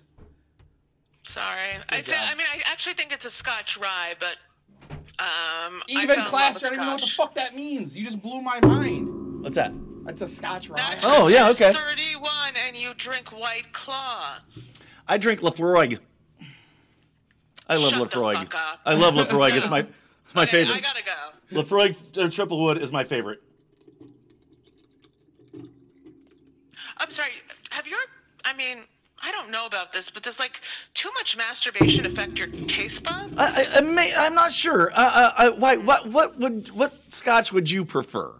[SPEAKER 3] Sorry, I,
[SPEAKER 5] Good
[SPEAKER 3] did,
[SPEAKER 5] job.
[SPEAKER 3] I mean, I actually think it's a scotch rye, but um, I
[SPEAKER 5] Even
[SPEAKER 3] fell in love
[SPEAKER 5] class, I
[SPEAKER 3] with
[SPEAKER 5] don't even know what the
[SPEAKER 3] scotch.
[SPEAKER 5] fuck that means. You just blew my mind.
[SPEAKER 4] What's that?
[SPEAKER 5] That's a Scotch rye.
[SPEAKER 3] That's
[SPEAKER 4] Oh, yeah,
[SPEAKER 3] just
[SPEAKER 4] okay.
[SPEAKER 3] Thirty-one, and you drink White Claw.
[SPEAKER 4] I drink Lefroy. I love
[SPEAKER 3] Shut the
[SPEAKER 4] Lefroy.
[SPEAKER 3] fuck up.
[SPEAKER 4] I love Lefroy. It's my it's my
[SPEAKER 3] Okay, I
[SPEAKER 4] favorite.
[SPEAKER 3] gotta go.
[SPEAKER 4] Lefroy or triple wood is my favorite.
[SPEAKER 3] I'm sorry. Have your? I mean, I don't know about this, but does like too much masturbation affect your taste buds?
[SPEAKER 4] I, I, I may, I'm not sure. Uh, uh, I, why? What? What would? What Scotch would you prefer?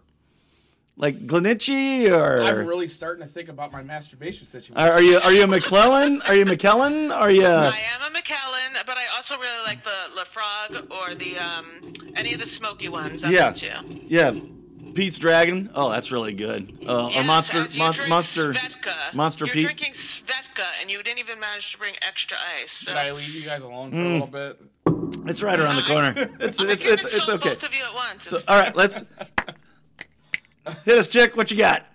[SPEAKER 4] Like Glenitchy or?
[SPEAKER 5] I'm really starting to think about my masturbation situation.
[SPEAKER 4] are are you are you a McClellan? Are you McKellen? Are you?
[SPEAKER 3] I am a McKellen, but I also really like the Lafrog or the um any of the smoky ones. I'm
[SPEAKER 4] Yeah.
[SPEAKER 3] into.
[SPEAKER 4] Yeah, Pete's Dragon. Oh, that's really good. Uh, or
[SPEAKER 3] Yes,
[SPEAKER 4] Monster,
[SPEAKER 3] as you
[SPEAKER 4] mon-
[SPEAKER 3] drink
[SPEAKER 4] Monster.
[SPEAKER 3] Svedka,
[SPEAKER 4] Monster
[SPEAKER 3] You're
[SPEAKER 4] Pete.
[SPEAKER 3] drinking Svetka, and you didn't even manage to bring extra ice. So.
[SPEAKER 5] Should I leave you guys alone for a
[SPEAKER 4] Mm.
[SPEAKER 5] little bit?
[SPEAKER 4] It's right around the corner. It's
[SPEAKER 3] I
[SPEAKER 4] it's
[SPEAKER 3] can
[SPEAKER 4] it's, it's
[SPEAKER 3] insult
[SPEAKER 4] okay.
[SPEAKER 3] Both of you at once.
[SPEAKER 4] So, all right, let's hit us, chick. What you got?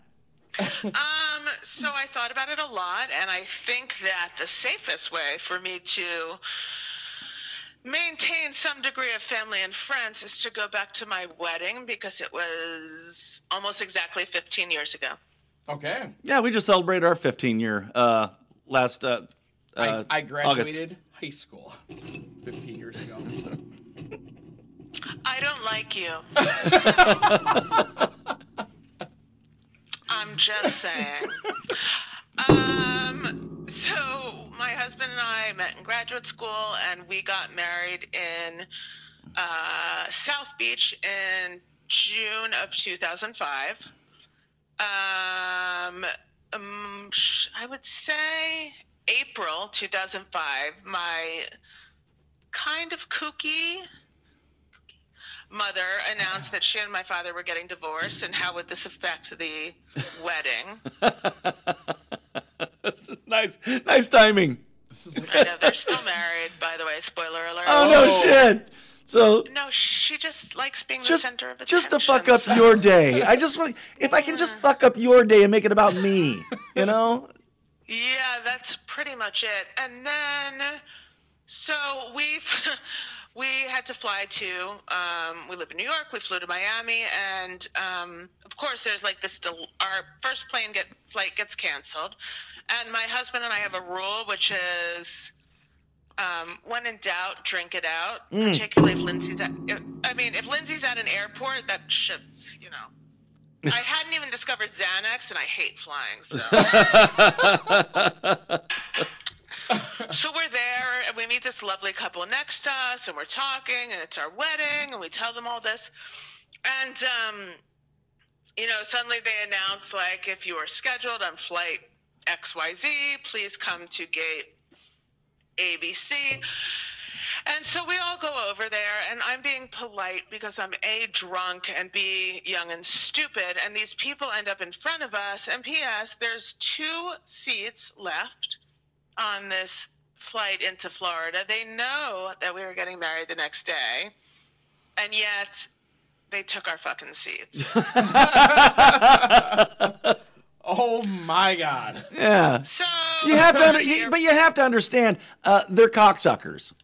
[SPEAKER 3] Um, so I thought about it a lot, and I think that the safest way for me to maintain some degree of family and friends is to go back to my wedding because it was almost exactly 15 years ago.
[SPEAKER 5] Okay.
[SPEAKER 4] Yeah, we just celebrated our 15 year uh, last uh, uh,
[SPEAKER 5] I, I
[SPEAKER 4] August.
[SPEAKER 5] graduated high school 15 years ago.
[SPEAKER 3] I don't like you. I'm just saying. Um, so my husband and I met in graduate school, and we got married in uh, South Beach in June of 2005. Um, um, sh- I would say April 2005. My kind of kooky mother announced that she and my father were getting divorced and how would this affect the wedding
[SPEAKER 4] nice, nice timing.
[SPEAKER 5] This is like,
[SPEAKER 3] i know they're still married by the way spoiler alert
[SPEAKER 4] Oh, no
[SPEAKER 5] Oh.
[SPEAKER 4] shit. So
[SPEAKER 3] no she just likes being
[SPEAKER 4] just
[SPEAKER 3] the center of attention
[SPEAKER 4] just to fuck up
[SPEAKER 3] so-
[SPEAKER 4] your day. I just want if I can just fuck up your day and make it about me. You know?
[SPEAKER 3] yeah that's pretty much it and then so we've we had to fly to um, we live in new york we flew to miami and um, of course there's like this del- our first plane get flight gets canceled and my husband and i have a rule which is um, when in doubt drink it out particularly if lindsay's at if, i mean if lindsay's at an airport that shit's you know i hadn't even discovered xanax and i hate flying so so we're there and we meet this lovely couple next to us and we're talking and it's our wedding and we tell them all this and um, you know suddenly they announce like if you are scheduled on flight xyz please come to gate abc and so we all go over there and i'm being polite because i'm a drunk and b young and stupid and these people end up in front of us and ps there's two seats left on this flight into Florida. They know that we were getting married the next day, and yet they took our fucking seats.
[SPEAKER 5] oh my god.
[SPEAKER 4] Yeah.
[SPEAKER 3] So
[SPEAKER 4] You have to, under, you, but you have to understand, uh, they're cocksuckers.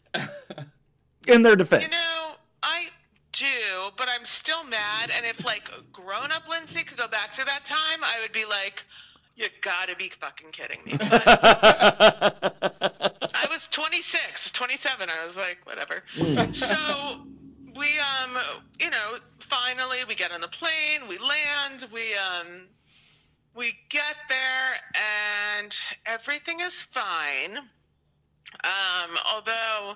[SPEAKER 4] In their defense,
[SPEAKER 3] you know, I do, but I'm still mad. And if like grown up Lindsay could go back to that time, I would be like. You gotta be fucking kidding me. I was 26, 27. I was like, whatever. so we, um, you know, finally we get on the plane, we land, we, um, we get there and everything is fine. Um, although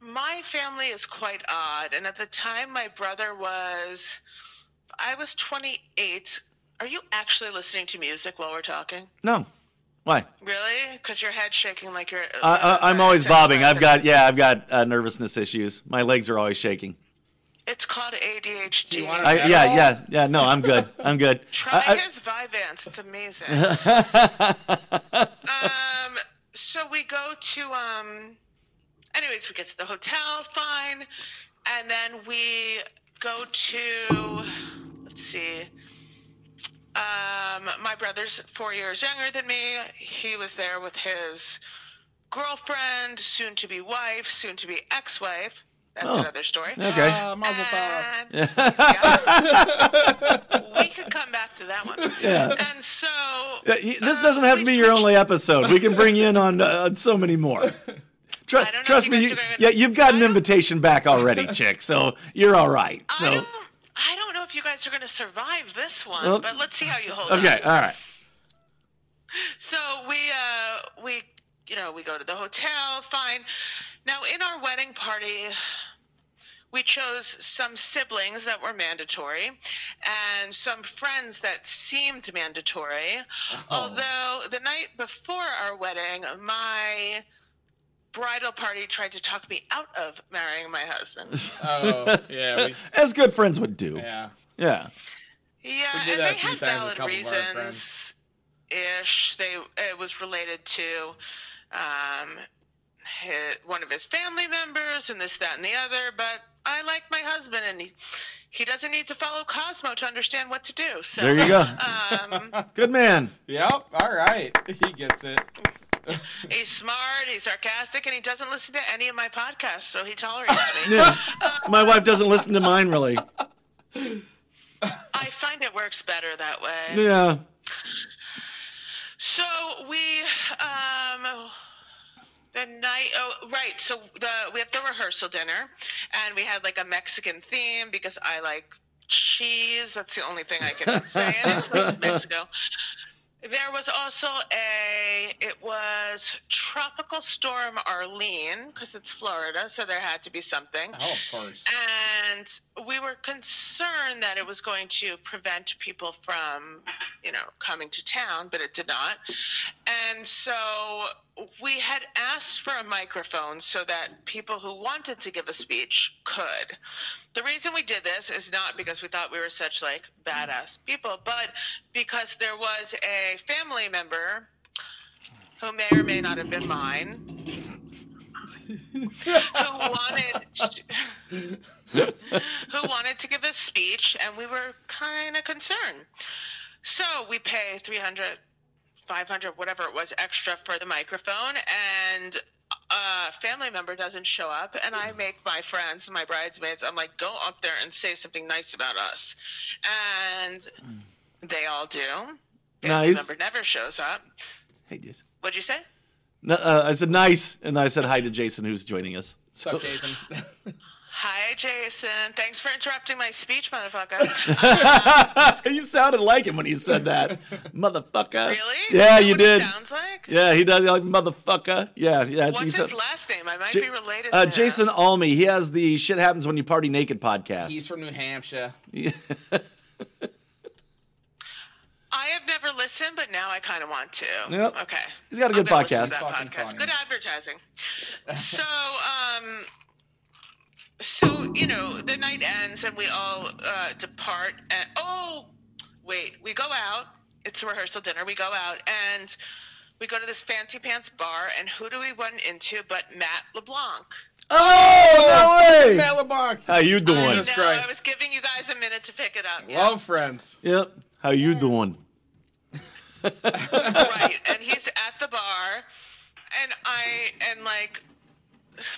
[SPEAKER 3] my family is quite odd, and at the time my brother was, I was 28. Are you actually listening to music while we're talking?
[SPEAKER 4] No. Why?
[SPEAKER 3] Really? Because your head's shaking like you're.
[SPEAKER 4] I, I, I'm always
[SPEAKER 3] Sorry,
[SPEAKER 4] bobbing. I've
[SPEAKER 3] sorry.
[SPEAKER 4] got yeah, I've got uh, nervousness issues. My legs are always shaking.
[SPEAKER 3] It's called ADHD.
[SPEAKER 5] Do you wanna-
[SPEAKER 4] I, yeah, yeah, yeah. No, I'm good. I'm good.
[SPEAKER 3] Try
[SPEAKER 4] I,
[SPEAKER 3] his Vyvanse. It's amazing.
[SPEAKER 4] I,
[SPEAKER 3] um, so we go to um anyways we get to the hotel fine and then we go to let's see um my brother's four years younger than me he was there with his girlfriend soon to be wife soon to be ex-wife that's
[SPEAKER 4] Oh.
[SPEAKER 3] another story
[SPEAKER 4] okay.
[SPEAKER 5] Ah, mazel tov.
[SPEAKER 3] And-
[SPEAKER 4] yeah.
[SPEAKER 3] Um, we could come back to that one and so
[SPEAKER 4] y-
[SPEAKER 3] Uh,
[SPEAKER 4] This doesn't have to be your only episode. We can bring you in on, uh, on so many more. Tru-
[SPEAKER 3] I don't know if
[SPEAKER 4] trust
[SPEAKER 3] you
[SPEAKER 4] me,
[SPEAKER 3] guys
[SPEAKER 4] you,
[SPEAKER 3] are gonna-
[SPEAKER 4] yeah, you've got an
[SPEAKER 3] I don't-
[SPEAKER 4] invitation back already, chick. So you're all right.
[SPEAKER 3] I
[SPEAKER 4] So
[SPEAKER 3] don't, I don't know if you guys are going to survive this one,
[SPEAKER 4] Well-
[SPEAKER 3] but let's see how you hold up.
[SPEAKER 4] okay, all right.
[SPEAKER 3] So we uh we you know, we go to the hotel, fine. Now in our wedding party we chose some siblings that were mandatory and some friends that seemed mandatory. Although the night before our wedding, my bridal party tried to talk me out of marrying my husband.
[SPEAKER 5] Oh, yeah, we,
[SPEAKER 4] As good friends would do.
[SPEAKER 5] yeah.
[SPEAKER 4] Yeah.
[SPEAKER 3] Yeah,
[SPEAKER 5] We
[SPEAKER 3] and
[SPEAKER 5] did that a
[SPEAKER 3] they
[SPEAKER 5] few
[SPEAKER 3] had
[SPEAKER 5] times with a
[SPEAKER 3] valid
[SPEAKER 5] couple of our
[SPEAKER 3] reasons
[SPEAKER 5] friends.
[SPEAKER 3] ish. They it was related to um, hi- one of his family members and this, that, and the other. But I like my husband, and he, he doesn't need to follow Cosmo to understand what to do. So
[SPEAKER 4] There you go.
[SPEAKER 3] Um,
[SPEAKER 4] Good man.
[SPEAKER 5] Yep. All right. He gets it.
[SPEAKER 3] he's smart, he's sarcastic, and he doesn't listen to any of my podcasts, so he tolerates me.
[SPEAKER 4] Yeah. My wife doesn't listen to mine really.
[SPEAKER 3] I find it works better that way.
[SPEAKER 4] Yeah.
[SPEAKER 3] So we, um, the night, oh, right. So the we have the rehearsal dinner, and we had like a Mexican theme because I like cheese. That's the only thing I can say. And it's like Mexico. There was also a, it was Tropical Storm Arlene because it's Florida, so there had to be something.
[SPEAKER 5] Oh, of course.
[SPEAKER 3] And we were concerned that it was going to prevent people from, you know, coming to town, but it did not. And so we had asked for a microphone so that people who wanted to give a speech could. The reason we did this is not because we thought we were such like badass people, but because there was a family member who may or may not have been mine who wanted to, who wanted to give a speech, and we were kind of concerned. So we pay 300, 500, whatever it was, extra for the microphone, and a family member doesn't show up, and I make my friends, my bridesmaids, I'm like, go up there and say something nice about us, and they all do. Family
[SPEAKER 4] Nice.
[SPEAKER 3] member never shows up.
[SPEAKER 4] Hey, Jason.
[SPEAKER 3] What'd you say?
[SPEAKER 4] No, uh, I said nice, and then I said hi to Jason, who's joining us.
[SPEAKER 5] What's up, Jason?
[SPEAKER 3] Hi, Jason. Thanks for interrupting my speech, motherfucker.
[SPEAKER 4] you sounded like him when you said that, motherfucker.
[SPEAKER 3] Really? Is
[SPEAKER 4] Yeah,
[SPEAKER 3] that
[SPEAKER 4] you
[SPEAKER 3] what he
[SPEAKER 4] did.
[SPEAKER 3] sounds like?
[SPEAKER 4] Yeah, he does like motherfucker. Yeah, yeah. he
[SPEAKER 3] What's
[SPEAKER 4] said-
[SPEAKER 3] his last name? I might
[SPEAKER 4] Ja-
[SPEAKER 3] be related.
[SPEAKER 4] uh,
[SPEAKER 3] to
[SPEAKER 4] Jason
[SPEAKER 3] Him.
[SPEAKER 4] Almy. He has the "Shit Happens When You Party Naked" podcast.
[SPEAKER 5] He's from New Hampshire.
[SPEAKER 3] I have never listened, but now I kind of want to.
[SPEAKER 4] Yep.
[SPEAKER 3] Okay.
[SPEAKER 4] He's got a
[SPEAKER 3] I'm
[SPEAKER 4] good
[SPEAKER 3] gonna listen to
[SPEAKER 4] podcast.
[SPEAKER 3] that
[SPEAKER 5] Fucking
[SPEAKER 3] podcast.
[SPEAKER 5] funny.
[SPEAKER 3] Good advertising. so, um, so you know, the night ends and we all uh, depart. And oh, wait, we go out. It's a rehearsal dinner. We go out and we go to this fancy pants bar. And who do we run into but Matt LeBlanc?
[SPEAKER 4] oh no way!
[SPEAKER 5] Malabar.
[SPEAKER 4] How you
[SPEAKER 3] I know.
[SPEAKER 4] doing?
[SPEAKER 5] Jesus Christ. Oh,
[SPEAKER 3] I was giving you guys a minute to pick it up. Yeah.
[SPEAKER 5] Love friends.
[SPEAKER 4] Yep. How you doing?
[SPEAKER 3] right and he's at the bar and i and like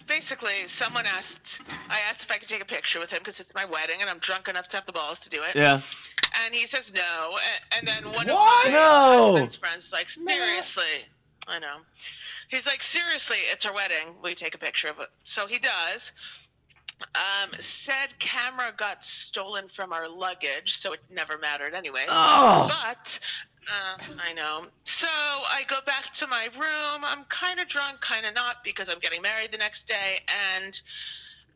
[SPEAKER 3] basically someone asked i asked if i could take a picture with him because it's my wedding and i'm drunk enough to have the balls to do it
[SPEAKER 4] Yeah.
[SPEAKER 3] and he says no a- and then one
[SPEAKER 5] What?
[SPEAKER 3] of my
[SPEAKER 4] No.
[SPEAKER 3] husband's friends is like seriously i know he's like seriously it's our wedding will you take a picture of it so he does Um, said camera got stolen from our luggage, so it never mattered anyway.
[SPEAKER 4] Oh,
[SPEAKER 3] But uh, I know. So I go back to my room. I'm kind of drunk, kind of not, because I'm getting married the next day, and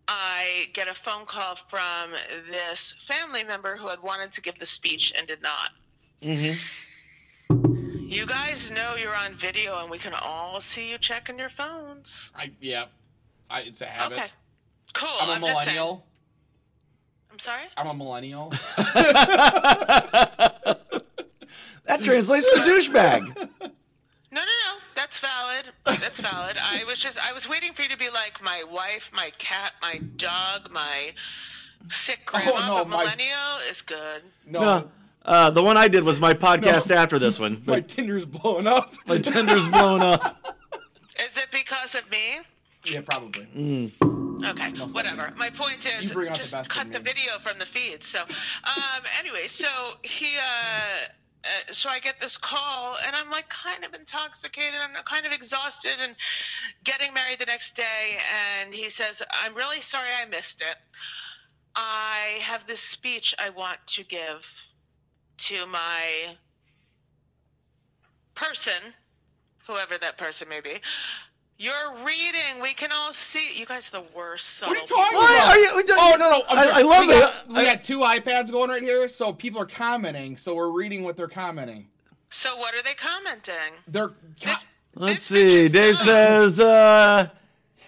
[SPEAKER 3] I get a phone call from this family member who had wanted to give the speech and did not.
[SPEAKER 4] Mhm.
[SPEAKER 3] You guys know you're on video, and we can all see you checking your phones.
[SPEAKER 5] I yeah, I, it's a habit.
[SPEAKER 3] Okay, cool.
[SPEAKER 5] I'm a
[SPEAKER 3] I'm just saying.
[SPEAKER 5] millennial.
[SPEAKER 3] I'm sorry.
[SPEAKER 5] I'm a millennial.
[SPEAKER 4] that translates to douchebag.
[SPEAKER 3] No, no, no. That's valid. That's valid. I was just, I was waiting for you to be like my wife, my cat, my dog, my sick grandma.
[SPEAKER 5] Oh, no,
[SPEAKER 3] but
[SPEAKER 5] my-
[SPEAKER 3] millennial is good.
[SPEAKER 5] No,
[SPEAKER 4] No, uh, the one I did was my podcast
[SPEAKER 5] No.
[SPEAKER 4] after this one.
[SPEAKER 5] my
[SPEAKER 4] My,
[SPEAKER 5] Tinder's blowing up.
[SPEAKER 4] my Tinder's blown up.
[SPEAKER 3] Is it because of me?
[SPEAKER 5] yeah, probably.
[SPEAKER 3] Okay, whatever. My point is,
[SPEAKER 5] You bring out the
[SPEAKER 3] just
[SPEAKER 5] best in
[SPEAKER 3] cut the
[SPEAKER 5] me.
[SPEAKER 3] video from the feed. So, um, anyway, so he, uh, uh, so I get this call, and I'm like kind of intoxicated. I'm kind of exhausted, and getting married the next day. And he says, "I'm really sorry I missed it. I have this speech I want to give to my person, whoever that person may be." You're reading. We can all see. You guys are the worst.
[SPEAKER 5] What are
[SPEAKER 3] subtle
[SPEAKER 5] you
[SPEAKER 3] people.
[SPEAKER 5] talking
[SPEAKER 4] What
[SPEAKER 5] about?
[SPEAKER 4] are you- we don't-
[SPEAKER 5] oh no, no!
[SPEAKER 4] I- I love
[SPEAKER 5] we Got,
[SPEAKER 4] it.
[SPEAKER 5] we
[SPEAKER 4] I-
[SPEAKER 5] got two iPads going right here, so people are commenting. So we're reading what they're commenting.
[SPEAKER 3] So what are they commenting?
[SPEAKER 5] They're
[SPEAKER 3] This,
[SPEAKER 4] Let's
[SPEAKER 3] this bitch
[SPEAKER 4] see.
[SPEAKER 3] is
[SPEAKER 4] Dave
[SPEAKER 3] dumb.
[SPEAKER 4] says, uh,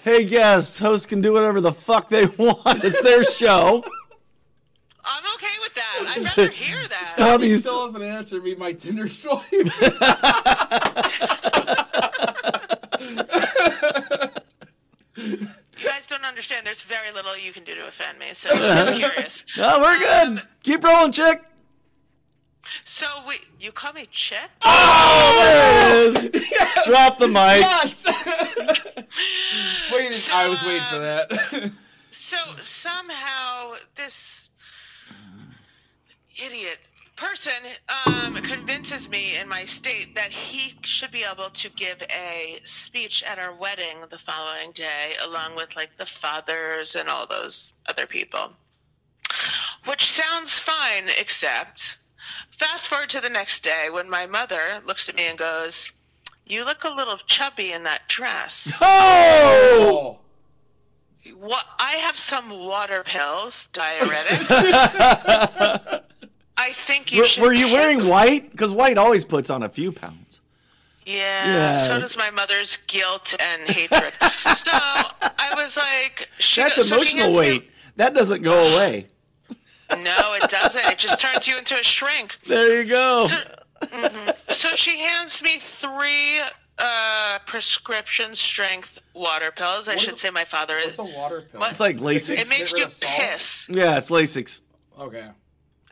[SPEAKER 4] "Hey guests, hosts can do whatever the fuck they want. It's their show."
[SPEAKER 3] I'm okay with that. I'd rather hear that.
[SPEAKER 4] Stop
[SPEAKER 5] he
[SPEAKER 4] you.
[SPEAKER 5] still doesn't answer me. My Tinder swipe.
[SPEAKER 3] You guys don't understand. There's very little you can do to offend me, so I'm just curious.
[SPEAKER 4] No, we're good. Keep rolling, chick.
[SPEAKER 3] So we, you call me Chip?
[SPEAKER 4] There it is. Drop the mic.
[SPEAKER 5] yes. Wait, I was waiting for that.
[SPEAKER 3] So somehow this idiot person um, convinces me in my state that he should be able to give a speech at our wedding the following day, along with like the fathers and all those other people. Which sounds fine, except fast forward to the next day when my mother looks at me and goes, You look a little chubby in that dress.
[SPEAKER 4] Oh!
[SPEAKER 5] oh,
[SPEAKER 3] What I have some water pills, diuretics. I think you
[SPEAKER 4] Were,
[SPEAKER 3] should.
[SPEAKER 4] were you
[SPEAKER 3] take-
[SPEAKER 4] wearing white? Because white always puts on a few pounds.
[SPEAKER 3] Yeah,
[SPEAKER 4] Yeah.
[SPEAKER 3] So does my mother's guilt and hatred. so I was like, she
[SPEAKER 4] That's
[SPEAKER 3] go- so she
[SPEAKER 4] emotional
[SPEAKER 3] hands me-
[SPEAKER 4] weight. That doesn't go away.
[SPEAKER 3] No, it doesn't. It just turns you into a shrink.
[SPEAKER 4] There you go.
[SPEAKER 3] So, mhm. So she hands me three uh, prescription strength water pills. I
[SPEAKER 5] What
[SPEAKER 3] should
[SPEAKER 5] is-
[SPEAKER 3] say my father is.
[SPEAKER 5] it's a water pill.
[SPEAKER 3] What?
[SPEAKER 4] It's like
[SPEAKER 3] It
[SPEAKER 4] LASIK.
[SPEAKER 5] ma-
[SPEAKER 3] makes
[SPEAKER 5] Get
[SPEAKER 3] you
[SPEAKER 5] rid of salt?
[SPEAKER 3] piss.
[SPEAKER 4] yeah, it's LASIK's.
[SPEAKER 5] okay.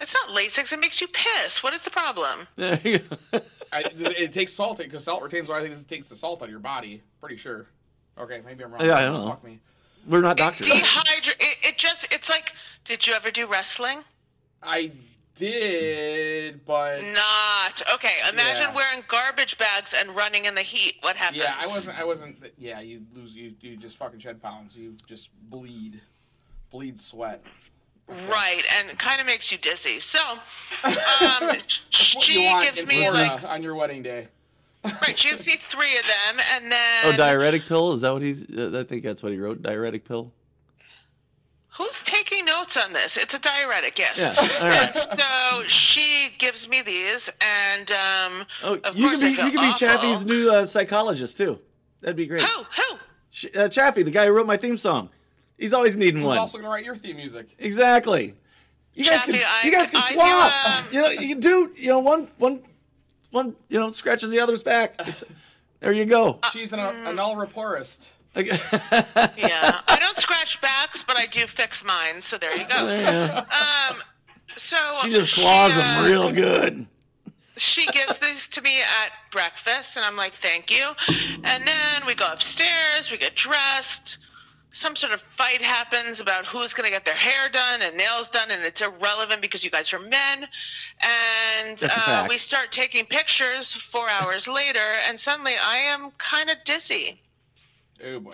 [SPEAKER 3] It's not Lasix. It makes you piss. What is the problem?
[SPEAKER 4] There you go.
[SPEAKER 5] I, it takes salt because salt retains water. I think it takes the salt out of your body. Pretty sure. Okay, maybe I'm wrong.
[SPEAKER 4] Yeah, I don't know.
[SPEAKER 5] Fuck me.
[SPEAKER 4] We're not doctors.
[SPEAKER 3] Dehydrate. It, it just. It's like. Did you ever do wrestling?
[SPEAKER 5] I did, but
[SPEAKER 3] Not. Okay. Imagine
[SPEAKER 5] Yeah.
[SPEAKER 3] wearing garbage bags and running in the heat. What happens?
[SPEAKER 5] yeah, I wasn't. I wasn't. Yeah, you lose. You you just fucking shed pounds. You just bleed, bleed sweat.
[SPEAKER 3] Right, and kind of makes you dizzy. So, um,
[SPEAKER 5] What you
[SPEAKER 3] she
[SPEAKER 5] want
[SPEAKER 3] gives
[SPEAKER 5] in
[SPEAKER 3] me
[SPEAKER 5] Florida
[SPEAKER 3] like
[SPEAKER 5] on your wedding day.
[SPEAKER 3] right. She gives me three of them, and then
[SPEAKER 4] Oh, diuretic pill? Is that what he's? Uh, I think that's what he wrote. Diuretic pill.
[SPEAKER 3] who's taking notes on this? It's a diuretic. Yes.
[SPEAKER 4] Yeah. All right.
[SPEAKER 3] So she gives me these, and um,
[SPEAKER 4] Oh,
[SPEAKER 3] of
[SPEAKER 4] you can
[SPEAKER 3] course
[SPEAKER 4] be
[SPEAKER 3] I feel
[SPEAKER 4] you can be
[SPEAKER 3] awful.
[SPEAKER 4] Chaffee's new uh, psychologist too. That'd be great.
[SPEAKER 3] Who? Who?
[SPEAKER 4] Sh- Uh, Chaffee, the guy who wrote my theme song, he's always needing
[SPEAKER 5] Who's
[SPEAKER 4] one.
[SPEAKER 5] also gonna write your theme music?
[SPEAKER 4] Exactly. You guys can
[SPEAKER 3] Chaffee, I-
[SPEAKER 4] you guys can
[SPEAKER 3] I do,
[SPEAKER 4] swap.
[SPEAKER 3] um,
[SPEAKER 4] you know you can do you know one one one you know scratches the other's back. It's, there you go.
[SPEAKER 3] Uh,
[SPEAKER 5] She's an
[SPEAKER 3] mm.
[SPEAKER 5] an all raporist.
[SPEAKER 4] Like-
[SPEAKER 3] Yeah, I don't scratch backs, but I do fix mine. So there you go.
[SPEAKER 4] Yeah.
[SPEAKER 3] Um, so
[SPEAKER 4] she just claws
[SPEAKER 3] uh,
[SPEAKER 4] him real good.
[SPEAKER 3] she gives these to me at breakfast, and I'm like, "Thank you." And then we go upstairs, we get dressed. Some sort of fight happens about who's going to get their hair done and nails done, and it's irrelevant because you guys are men. And
[SPEAKER 4] That's a
[SPEAKER 3] uh,
[SPEAKER 4] fact.
[SPEAKER 3] we start taking pictures four hours later, and suddenly I am kind of dizzy.
[SPEAKER 5] Oh boy.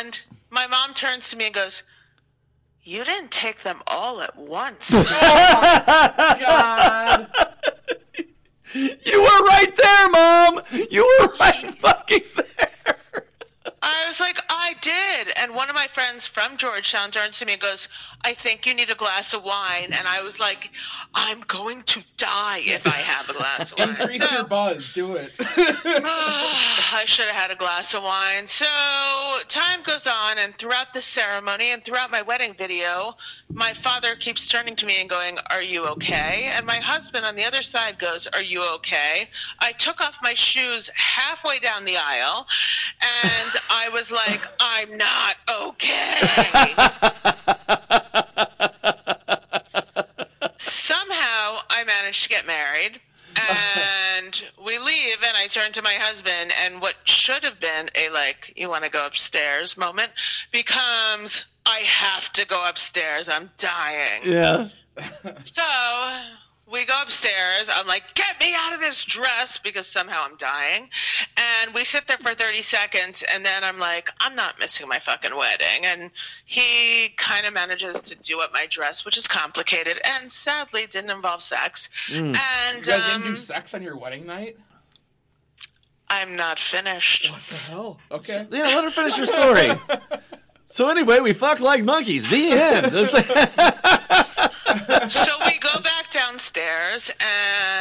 [SPEAKER 3] And my mom turns to me and goes, You didn't take them all at once. dude."
[SPEAKER 5] God.
[SPEAKER 4] You were right there, Mom. You were right fucking there.
[SPEAKER 3] I was like, I did. And one of my friends from Georgetown turns to me and goes, I think you need a glass of wine. And I was like, I'm going to die if I have a glass of wine.
[SPEAKER 5] Increase your
[SPEAKER 3] So,
[SPEAKER 5] buzz. Do it.
[SPEAKER 3] I should have had a glass of wine. So time goes on, and throughout the ceremony and throughout my wedding video, my father keeps turning to me and going, Are you okay? And my husband on the other side goes, Are you okay? I took off my shoes halfway down the aisle, and I was like, I'm not okay. somehow I managed to get married. And we leave, and I turn to my husband, and what should have been a like, you want to go upstairs moment becomes, I have to go upstairs. I'm dying.
[SPEAKER 4] Yeah.
[SPEAKER 3] So we go upstairs. I'm like, get me out of this dress because somehow I'm dying. And we sit there for 30 seconds. And then I'm like, I'm not missing my fucking wedding. And he kind of manages to do up my dress, which is complicated and sadly didn't involve sex.
[SPEAKER 5] You
[SPEAKER 3] And
[SPEAKER 5] guys didn't do
[SPEAKER 3] um,
[SPEAKER 5] sex on your wedding night?
[SPEAKER 3] I'm not finished.
[SPEAKER 5] What the
[SPEAKER 4] Oh,
[SPEAKER 5] hell? Okay.
[SPEAKER 4] Yeah, let her finish her story. So anyway, we fuck like monkeys. The end. It's like-
[SPEAKER 3] so we go back downstairs,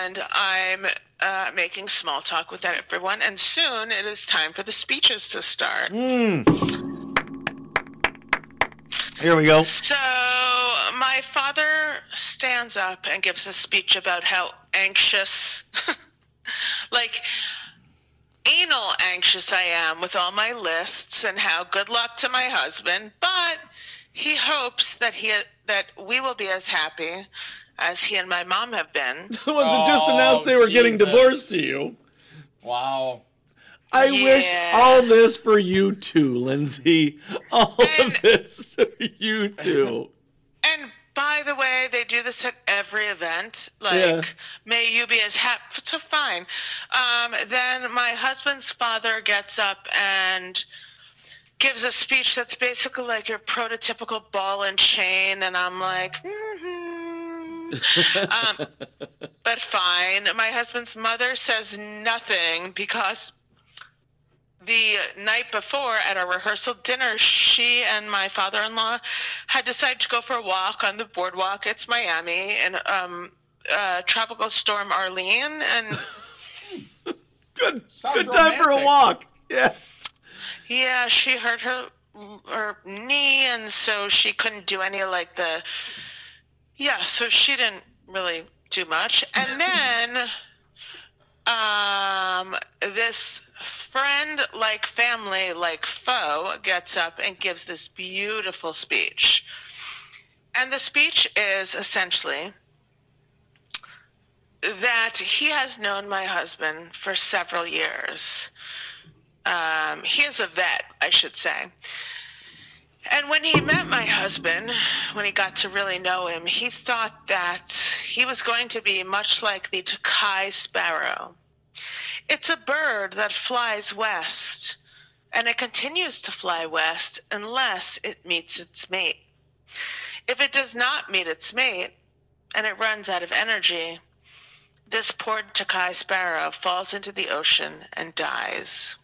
[SPEAKER 3] and I'm uh, making small talk with everyone. And soon it is time for the speeches to start.
[SPEAKER 4] Here we go.
[SPEAKER 3] So my father stands up and gives a speech about how anxious, like anal anxious I am with all my lists and how good luck to my husband, but he hopes that he that we will be as happy as he and my mom have been.
[SPEAKER 4] The ones that just
[SPEAKER 5] Oh,
[SPEAKER 4] announced they were getting
[SPEAKER 5] Jesus.
[SPEAKER 4] divorced to you.
[SPEAKER 5] Wow.
[SPEAKER 4] I wish
[SPEAKER 3] Yeah.
[SPEAKER 4] all this for you too, Lindsay. All
[SPEAKER 3] And-
[SPEAKER 4] of this for you too.
[SPEAKER 3] And by the way, they do this at every event. Like,
[SPEAKER 4] Yeah.
[SPEAKER 3] may you be as happy. So fine. Um, then my husband's father gets up and gives a speech that's basically like your prototypical ball and chain, and I'm like. hmm um, but fine. My husband's mother says nothing because the night before at our rehearsal dinner, she and my father in law had decided to go for a walk on the boardwalk. It's Miami and um, uh, Tropical Storm Arlene. And
[SPEAKER 4] Good,
[SPEAKER 5] Sounds
[SPEAKER 4] good time for a
[SPEAKER 5] romantic.
[SPEAKER 4] walk. Yeah.
[SPEAKER 3] yeah, she hurt her, her knee, and so she couldn't do any like the. Yeah, so she didn't really do much. And then. um, this friend like family like foe gets up and gives this beautiful speech. And the speech is essentially that he has known my husband for several years. Um, he is a vet, I should say. And when he met my husband, when he got to really know him, he thought that he was going to be much like the Takai sparrow. It's a bird that flies west, and it continues to fly west unless it meets its mate. If it does not meet its mate and it runs out of energy, this poor Takai sparrow falls into the ocean and dies.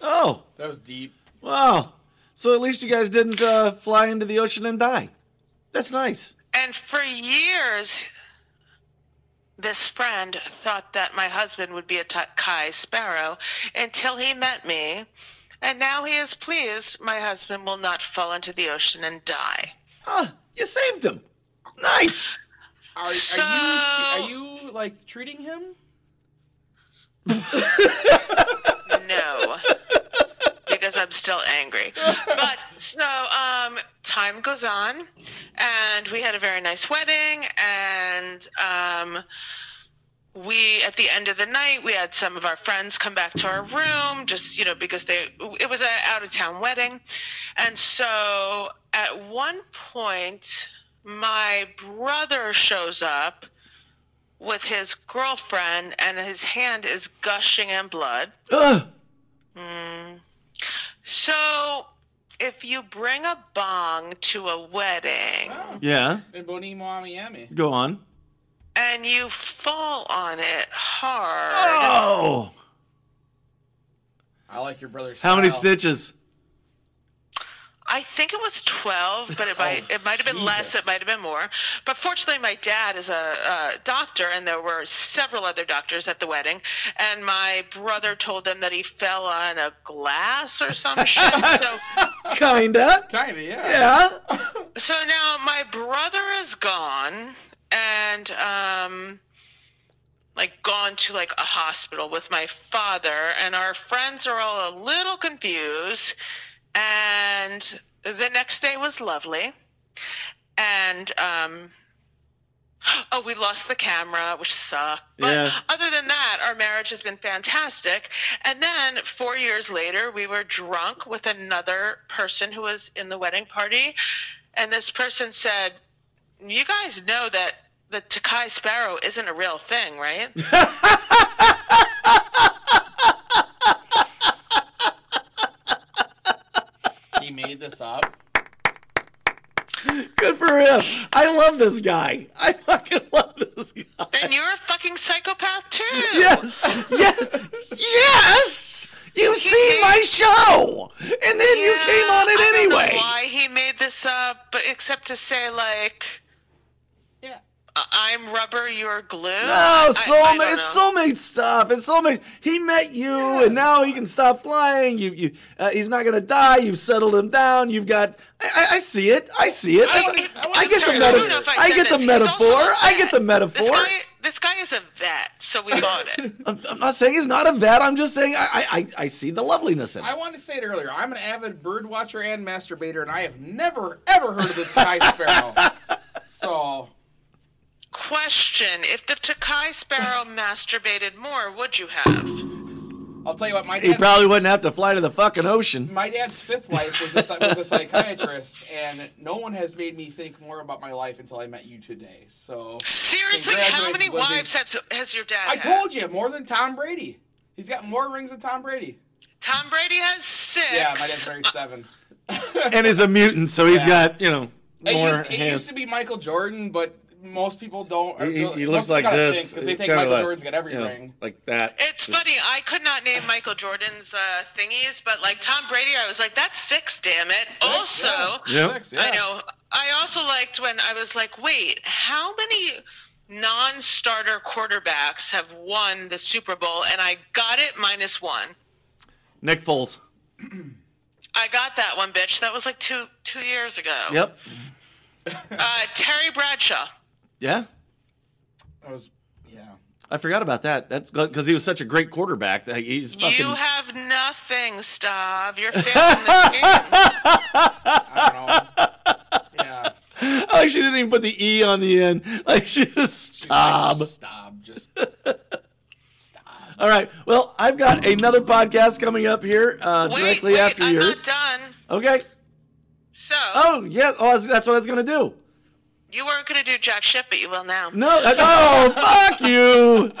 [SPEAKER 4] Oh,
[SPEAKER 5] That was deep.
[SPEAKER 4] wow. So at least you guys didn't uh, fly into the ocean and die. That's nice.
[SPEAKER 3] And for years, this friend thought that my husband would be a Takai sparrow until he met me. And now he is pleased my husband will not fall into the ocean and die.
[SPEAKER 4] Ah, you saved them. Nice.
[SPEAKER 5] Are, are
[SPEAKER 3] So-
[SPEAKER 5] you are you like treating him?
[SPEAKER 3] No. Because I'm still angry. But so um, time goes on, and we had a very nice wedding, and um, we at the end of the night we had some of our friends come back to our room just you know because they it was an out of town wedding and so at one point my brother shows up with his girlfriend and his hand is gushing in blood
[SPEAKER 4] Ugh.
[SPEAKER 3] so if you bring a bong to a wedding
[SPEAKER 5] Oh,
[SPEAKER 4] Yeah.
[SPEAKER 5] and Bonnie Mommy Yummy.
[SPEAKER 4] Go on.
[SPEAKER 3] and you fall on it
[SPEAKER 5] Ah!
[SPEAKER 3] hard,
[SPEAKER 4] Oh!
[SPEAKER 5] I like your brother's.
[SPEAKER 4] How many
[SPEAKER 5] style.
[SPEAKER 4] stitches?
[SPEAKER 3] I think it was 12, but it might
[SPEAKER 5] Oh,
[SPEAKER 3] it might have been less,
[SPEAKER 5] Jesus.
[SPEAKER 3] it might have been more. But fortunately, my dad is a, uh doctor, and there were several other doctors at the wedding. And my brother told them that he fell on a glass or some shit. So,
[SPEAKER 4] Kinda.
[SPEAKER 5] Kinda, yeah.
[SPEAKER 4] Yeah.
[SPEAKER 3] so now my brother is gone, and um, like gone to like a hospital with my father, and our friends are all a little confused. And the next day was lovely. And um oh, we lost the camera, which sucked. But
[SPEAKER 4] Yeah.
[SPEAKER 3] other than that, our marriage has been fantastic. And then 4 years later, we were drunk with another person who was in the wedding party, and this person said, "You guys know that the Takai Sparrow isn't a real thing, right?"
[SPEAKER 5] He made this up.
[SPEAKER 4] Good for him. I love this guy. I fucking love this guy.
[SPEAKER 3] and you're a fucking psychopath too.
[SPEAKER 4] Yes. Yeah. Yes. You see my show, and then you
[SPEAKER 3] Yeah,
[SPEAKER 4] came
[SPEAKER 3] I
[SPEAKER 4] on it
[SPEAKER 3] don't know
[SPEAKER 4] anyway.
[SPEAKER 3] why he made this up, but except to say like,
[SPEAKER 5] Yeah.
[SPEAKER 3] I- I'm rubber, you're glue.
[SPEAKER 4] No,
[SPEAKER 3] I
[SPEAKER 4] soulmate.
[SPEAKER 3] don't
[SPEAKER 4] Oh, it's
[SPEAKER 3] know.
[SPEAKER 4] soulmate stuff. It's soulmate. He met you, and now he can stop flying. You, you. Uh, he's not gonna die. You've settled him down. You've got. I, I, I see it. I see it. I,
[SPEAKER 5] don't-
[SPEAKER 4] I-
[SPEAKER 5] I don't
[SPEAKER 4] I get
[SPEAKER 5] sorry,
[SPEAKER 4] the
[SPEAKER 5] I don't
[SPEAKER 4] metaphor.
[SPEAKER 5] know if
[SPEAKER 4] I,
[SPEAKER 5] I
[SPEAKER 3] said
[SPEAKER 4] get
[SPEAKER 3] this.
[SPEAKER 4] the
[SPEAKER 3] He's also
[SPEAKER 4] metaphor.
[SPEAKER 3] a
[SPEAKER 4] I get the
[SPEAKER 3] vet. This
[SPEAKER 4] metaphor.
[SPEAKER 3] guy, this guy is a vet, so we bought it.
[SPEAKER 4] I'm, I'm not saying he's not a vet. I'm just saying I, I, I, I see the loveliness in
[SPEAKER 5] I
[SPEAKER 4] it.
[SPEAKER 5] wanted to say it earlier. I'm an avid bird watcher and masturbator, and I have never, ever heard of the sky sparrow. So,
[SPEAKER 3] Question: If the Takai sparrow masturbated more, would you have?
[SPEAKER 5] I'll tell you what, my
[SPEAKER 4] He
[SPEAKER 5] dad
[SPEAKER 4] probably wouldn't have to fly to the fucking ocean.
[SPEAKER 5] My dad's fifth wife was a, psy- was a psychiatrist, and no one has made me think more about my life until I met you today. So
[SPEAKER 3] Seriously, how many
[SPEAKER 5] Congratulations, Lindsay.
[SPEAKER 3] wives has, has your dad?
[SPEAKER 5] I
[SPEAKER 3] had?
[SPEAKER 5] told you more than Tom Brady. He's got more rings than Tom Brady.
[SPEAKER 3] Tom Brady has six.
[SPEAKER 5] Yeah, my dad's married seven.
[SPEAKER 4] And he's a mutant, so he's
[SPEAKER 5] Yeah.
[SPEAKER 4] got you know
[SPEAKER 5] It
[SPEAKER 4] more
[SPEAKER 5] used, it used
[SPEAKER 4] hands.
[SPEAKER 5] to be Michael Jordan, but most people don't. or
[SPEAKER 4] He- he-
[SPEAKER 5] don't-
[SPEAKER 4] he
[SPEAKER 5] most
[SPEAKER 4] looks
[SPEAKER 5] people
[SPEAKER 4] like
[SPEAKER 5] gotta
[SPEAKER 4] this.
[SPEAKER 5] because they
[SPEAKER 4] It's
[SPEAKER 5] think
[SPEAKER 4] kinda
[SPEAKER 5] Michael
[SPEAKER 4] like,
[SPEAKER 5] Jordan's got every
[SPEAKER 4] you know,
[SPEAKER 5] ring.
[SPEAKER 4] like that.
[SPEAKER 3] It's funny. I could not name Michael Jordan's uh, thingies, but like Tom Brady, I was like, "That's six, damn it!" also,
[SPEAKER 4] Yep.
[SPEAKER 5] Six,
[SPEAKER 3] I
[SPEAKER 5] yeah.
[SPEAKER 3] know. I also liked when I was like, "Wait, how many non-starter quarterbacks have won the Super Bowl?" And I got it minus one.
[SPEAKER 4] Nick Foles.
[SPEAKER 3] I got that one, bitch. That was like two two years ago.
[SPEAKER 4] Yep.
[SPEAKER 3] Uh, Terry Bradshaw.
[SPEAKER 4] Yeah.
[SPEAKER 5] That was yeah.
[SPEAKER 4] I forgot about that. That's because he was such a great quarterback that he's fucking.
[SPEAKER 3] You have nothing, Stav. You're failing this game.
[SPEAKER 5] I don't know. yeah.
[SPEAKER 4] I like she didn't even put the e on the end. Like she just stop.
[SPEAKER 5] Like, Stop. Just stop.
[SPEAKER 4] All right. Well, I've got another podcast coming up here uh,
[SPEAKER 3] Wait,
[SPEAKER 4] directly
[SPEAKER 3] wait,
[SPEAKER 4] after
[SPEAKER 3] I'm
[SPEAKER 4] yours.
[SPEAKER 3] not done.
[SPEAKER 4] Okay.
[SPEAKER 3] So
[SPEAKER 4] Oh yeah. Oh, that's- that's what I was gonna do.
[SPEAKER 3] you weren't gonna do jack shit, but you will now.
[SPEAKER 4] No. I- Oh, fuck you.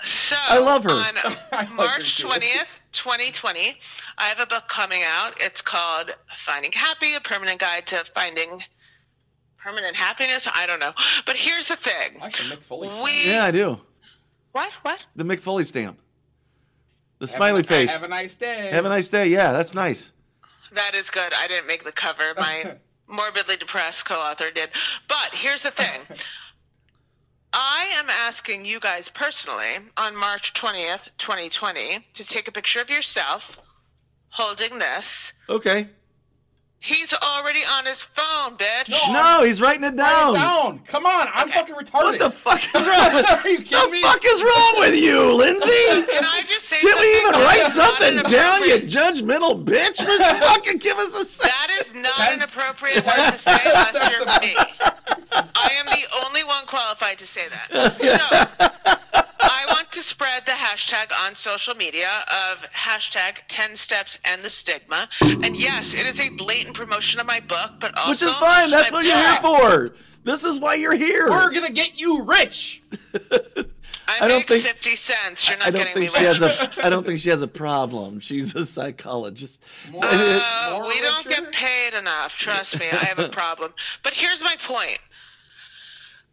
[SPEAKER 3] So
[SPEAKER 4] I love her.
[SPEAKER 5] I
[SPEAKER 3] On
[SPEAKER 5] like
[SPEAKER 3] March
[SPEAKER 5] her too.
[SPEAKER 3] twentieth, twenty twenty, I have a book coming out. It's called Finding Happy: A Permanent Guide to Finding Permanent Happiness. I don't know, but here's the thing:
[SPEAKER 5] I like the Mick Foley. sound.
[SPEAKER 3] we
[SPEAKER 4] Yeah, I do.
[SPEAKER 3] what what?
[SPEAKER 4] The McFoley stamp. The
[SPEAKER 5] Have
[SPEAKER 4] smiley
[SPEAKER 5] a-
[SPEAKER 4] face.
[SPEAKER 5] Have a nice day.
[SPEAKER 4] Have a nice day. Yeah, that's nice.
[SPEAKER 3] That is good. I didn't make the cover. My morbidly depressed co author did. But here's the thing I am asking you guys personally on March 20th, 2020, to take a picture of yourself holding this.
[SPEAKER 4] Okay.
[SPEAKER 3] He's already on his phone, bitch.
[SPEAKER 5] No.
[SPEAKER 4] No, he's writing it
[SPEAKER 5] Write
[SPEAKER 4] down.
[SPEAKER 5] it down. Come on. I'm fucking retarded.
[SPEAKER 4] What the fuck is wrong with?
[SPEAKER 5] Are you kidding
[SPEAKER 4] the
[SPEAKER 5] me?
[SPEAKER 4] fuck is wrong with you, Lindsay?
[SPEAKER 3] Can I just say
[SPEAKER 4] Did
[SPEAKER 3] something?
[SPEAKER 4] we even
[SPEAKER 3] That
[SPEAKER 4] write
[SPEAKER 3] is not
[SPEAKER 4] something down, you
[SPEAKER 3] inappropriate.
[SPEAKER 4] judgmental bitch? Let's fucking give us a sec.
[SPEAKER 3] That is not an
[SPEAKER 5] That's-
[SPEAKER 3] appropriate word to say unless you're me. I am the only one qualified to say that. So, I want to spread the hashtag on social media of hashtag 10 steps and the stigma. And yes, it is a blatant promotion of my book, but also.
[SPEAKER 4] Which is fine. That's
[SPEAKER 3] I'm
[SPEAKER 4] what you're
[SPEAKER 3] doing-
[SPEAKER 4] here for. This is why you're here.
[SPEAKER 5] We're gonna get you rich.
[SPEAKER 3] I,
[SPEAKER 4] I don't
[SPEAKER 3] make
[SPEAKER 4] think-
[SPEAKER 3] fifty cents. You're not
[SPEAKER 4] I don't
[SPEAKER 3] getting
[SPEAKER 4] think
[SPEAKER 3] me
[SPEAKER 4] she
[SPEAKER 3] rich.
[SPEAKER 4] has a. I don't think she has a problem. She's a psychologist. So
[SPEAKER 5] More-
[SPEAKER 4] it-
[SPEAKER 3] Uh,
[SPEAKER 5] More
[SPEAKER 3] we don't
[SPEAKER 5] richer?
[SPEAKER 3] get paid enough. Trust me, I have a problem. But here's my point.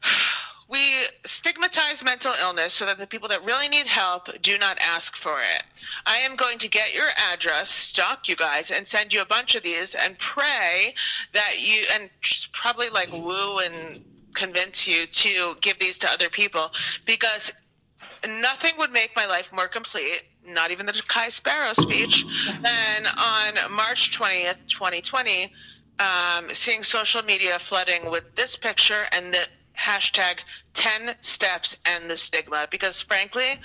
[SPEAKER 3] We stigmatize mental illness so that the people that really need help do not ask for it. I am going to get your address, stock you guys, and send you a bunch of these and pray that you, and just probably like woo and convince you to give these to other people because nothing would make my life more complete, not even the Kai Sparrow speech, than on March 20th, 2020, um, seeing social media flooding with this picture and the hashtag 10 steps and the stigma. Because frankly,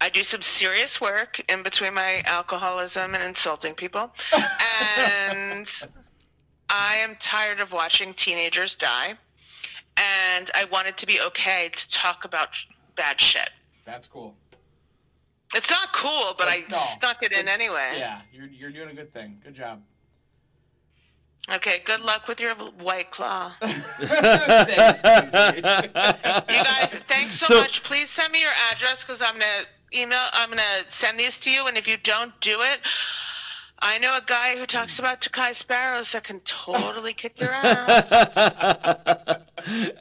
[SPEAKER 3] I do some serious work in between my alcoholism and insulting people. And I am tired of watching teenagers die. And I want it to be okay to talk about bad shit.
[SPEAKER 5] That's cool.
[SPEAKER 3] It's not cool, but I
[SPEAKER 5] No.
[SPEAKER 3] stuck it in anyway.
[SPEAKER 5] Yeah, you're you're doing a good thing. Good job.
[SPEAKER 3] Okay, good luck with your white claw. You
[SPEAKER 5] Thanks, Daisy.
[SPEAKER 3] guys, thanks so,
[SPEAKER 4] So-
[SPEAKER 3] much. Please send me your address because I'm gonna email. I'm gonna send these to you, and if you don't do it, I know a guy who talks about Takai Sparrows that can totally kick your ass.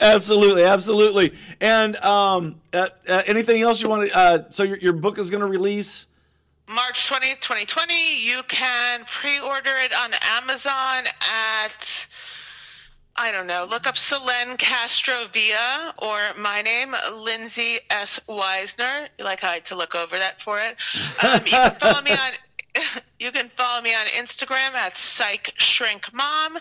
[SPEAKER 4] absolutely, absolutely. And um, uh, uh, anything else you want to? Uh, so your, your book is going to release.
[SPEAKER 3] March 20th, 2020. You can pre order it on Amazon at, I don't know, look up Selene Castro Villa or my name, Lindsay S. Weisner. You like how I had to look over that for it? Um, you can follow me on. You can follow me on Instagram at Psych Shrink Mom.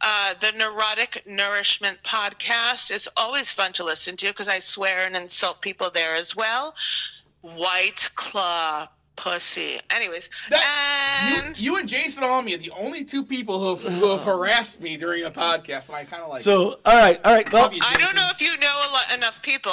[SPEAKER 3] Uh, the Neurotic Nourishment podcast is always fun to listen to because I swear and insult people there as well. White Claw pussy. Anyways,
[SPEAKER 5] That-
[SPEAKER 3] and
[SPEAKER 5] you, you and Jason Almy are the only two people who have, who have harassed me during a podcast, and I kind of like.
[SPEAKER 4] So all right, all right. Well,
[SPEAKER 5] Love you,
[SPEAKER 3] I
[SPEAKER 5] Jason.
[SPEAKER 3] don't know if you know a lot, enough people.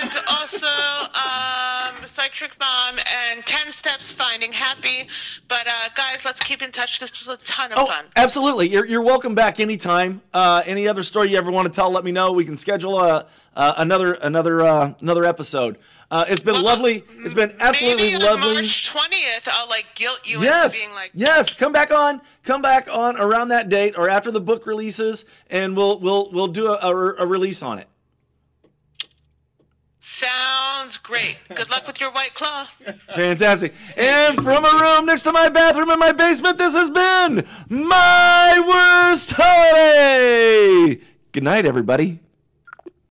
[SPEAKER 3] And also, um, Psychic Mom and Ten Steps Finding Happy. But uh, guys, let's keep in touch. This was a ton of
[SPEAKER 4] Oh,
[SPEAKER 3] fun.
[SPEAKER 4] absolutely. You're, you're welcome back anytime. Uh, any other story you ever want to tell, let me know. We can schedule a, uh, another another uh, another episode. Uh, it's been lovely. It's been absolutely
[SPEAKER 3] Maybe on
[SPEAKER 4] lovely.
[SPEAKER 3] March twentieth, I'll like guilt you
[SPEAKER 4] yes.
[SPEAKER 3] into being like,
[SPEAKER 4] yes. Come back on. Come back on around that date or after the book releases, and we'll we'll we'll do a, a, a release on it.
[SPEAKER 3] "Sounds great. Good luck with your white claw."
[SPEAKER 4] Fantastic. And from a room next to my bathroom in my basement, this has been my worst holiday. Good night, everybody.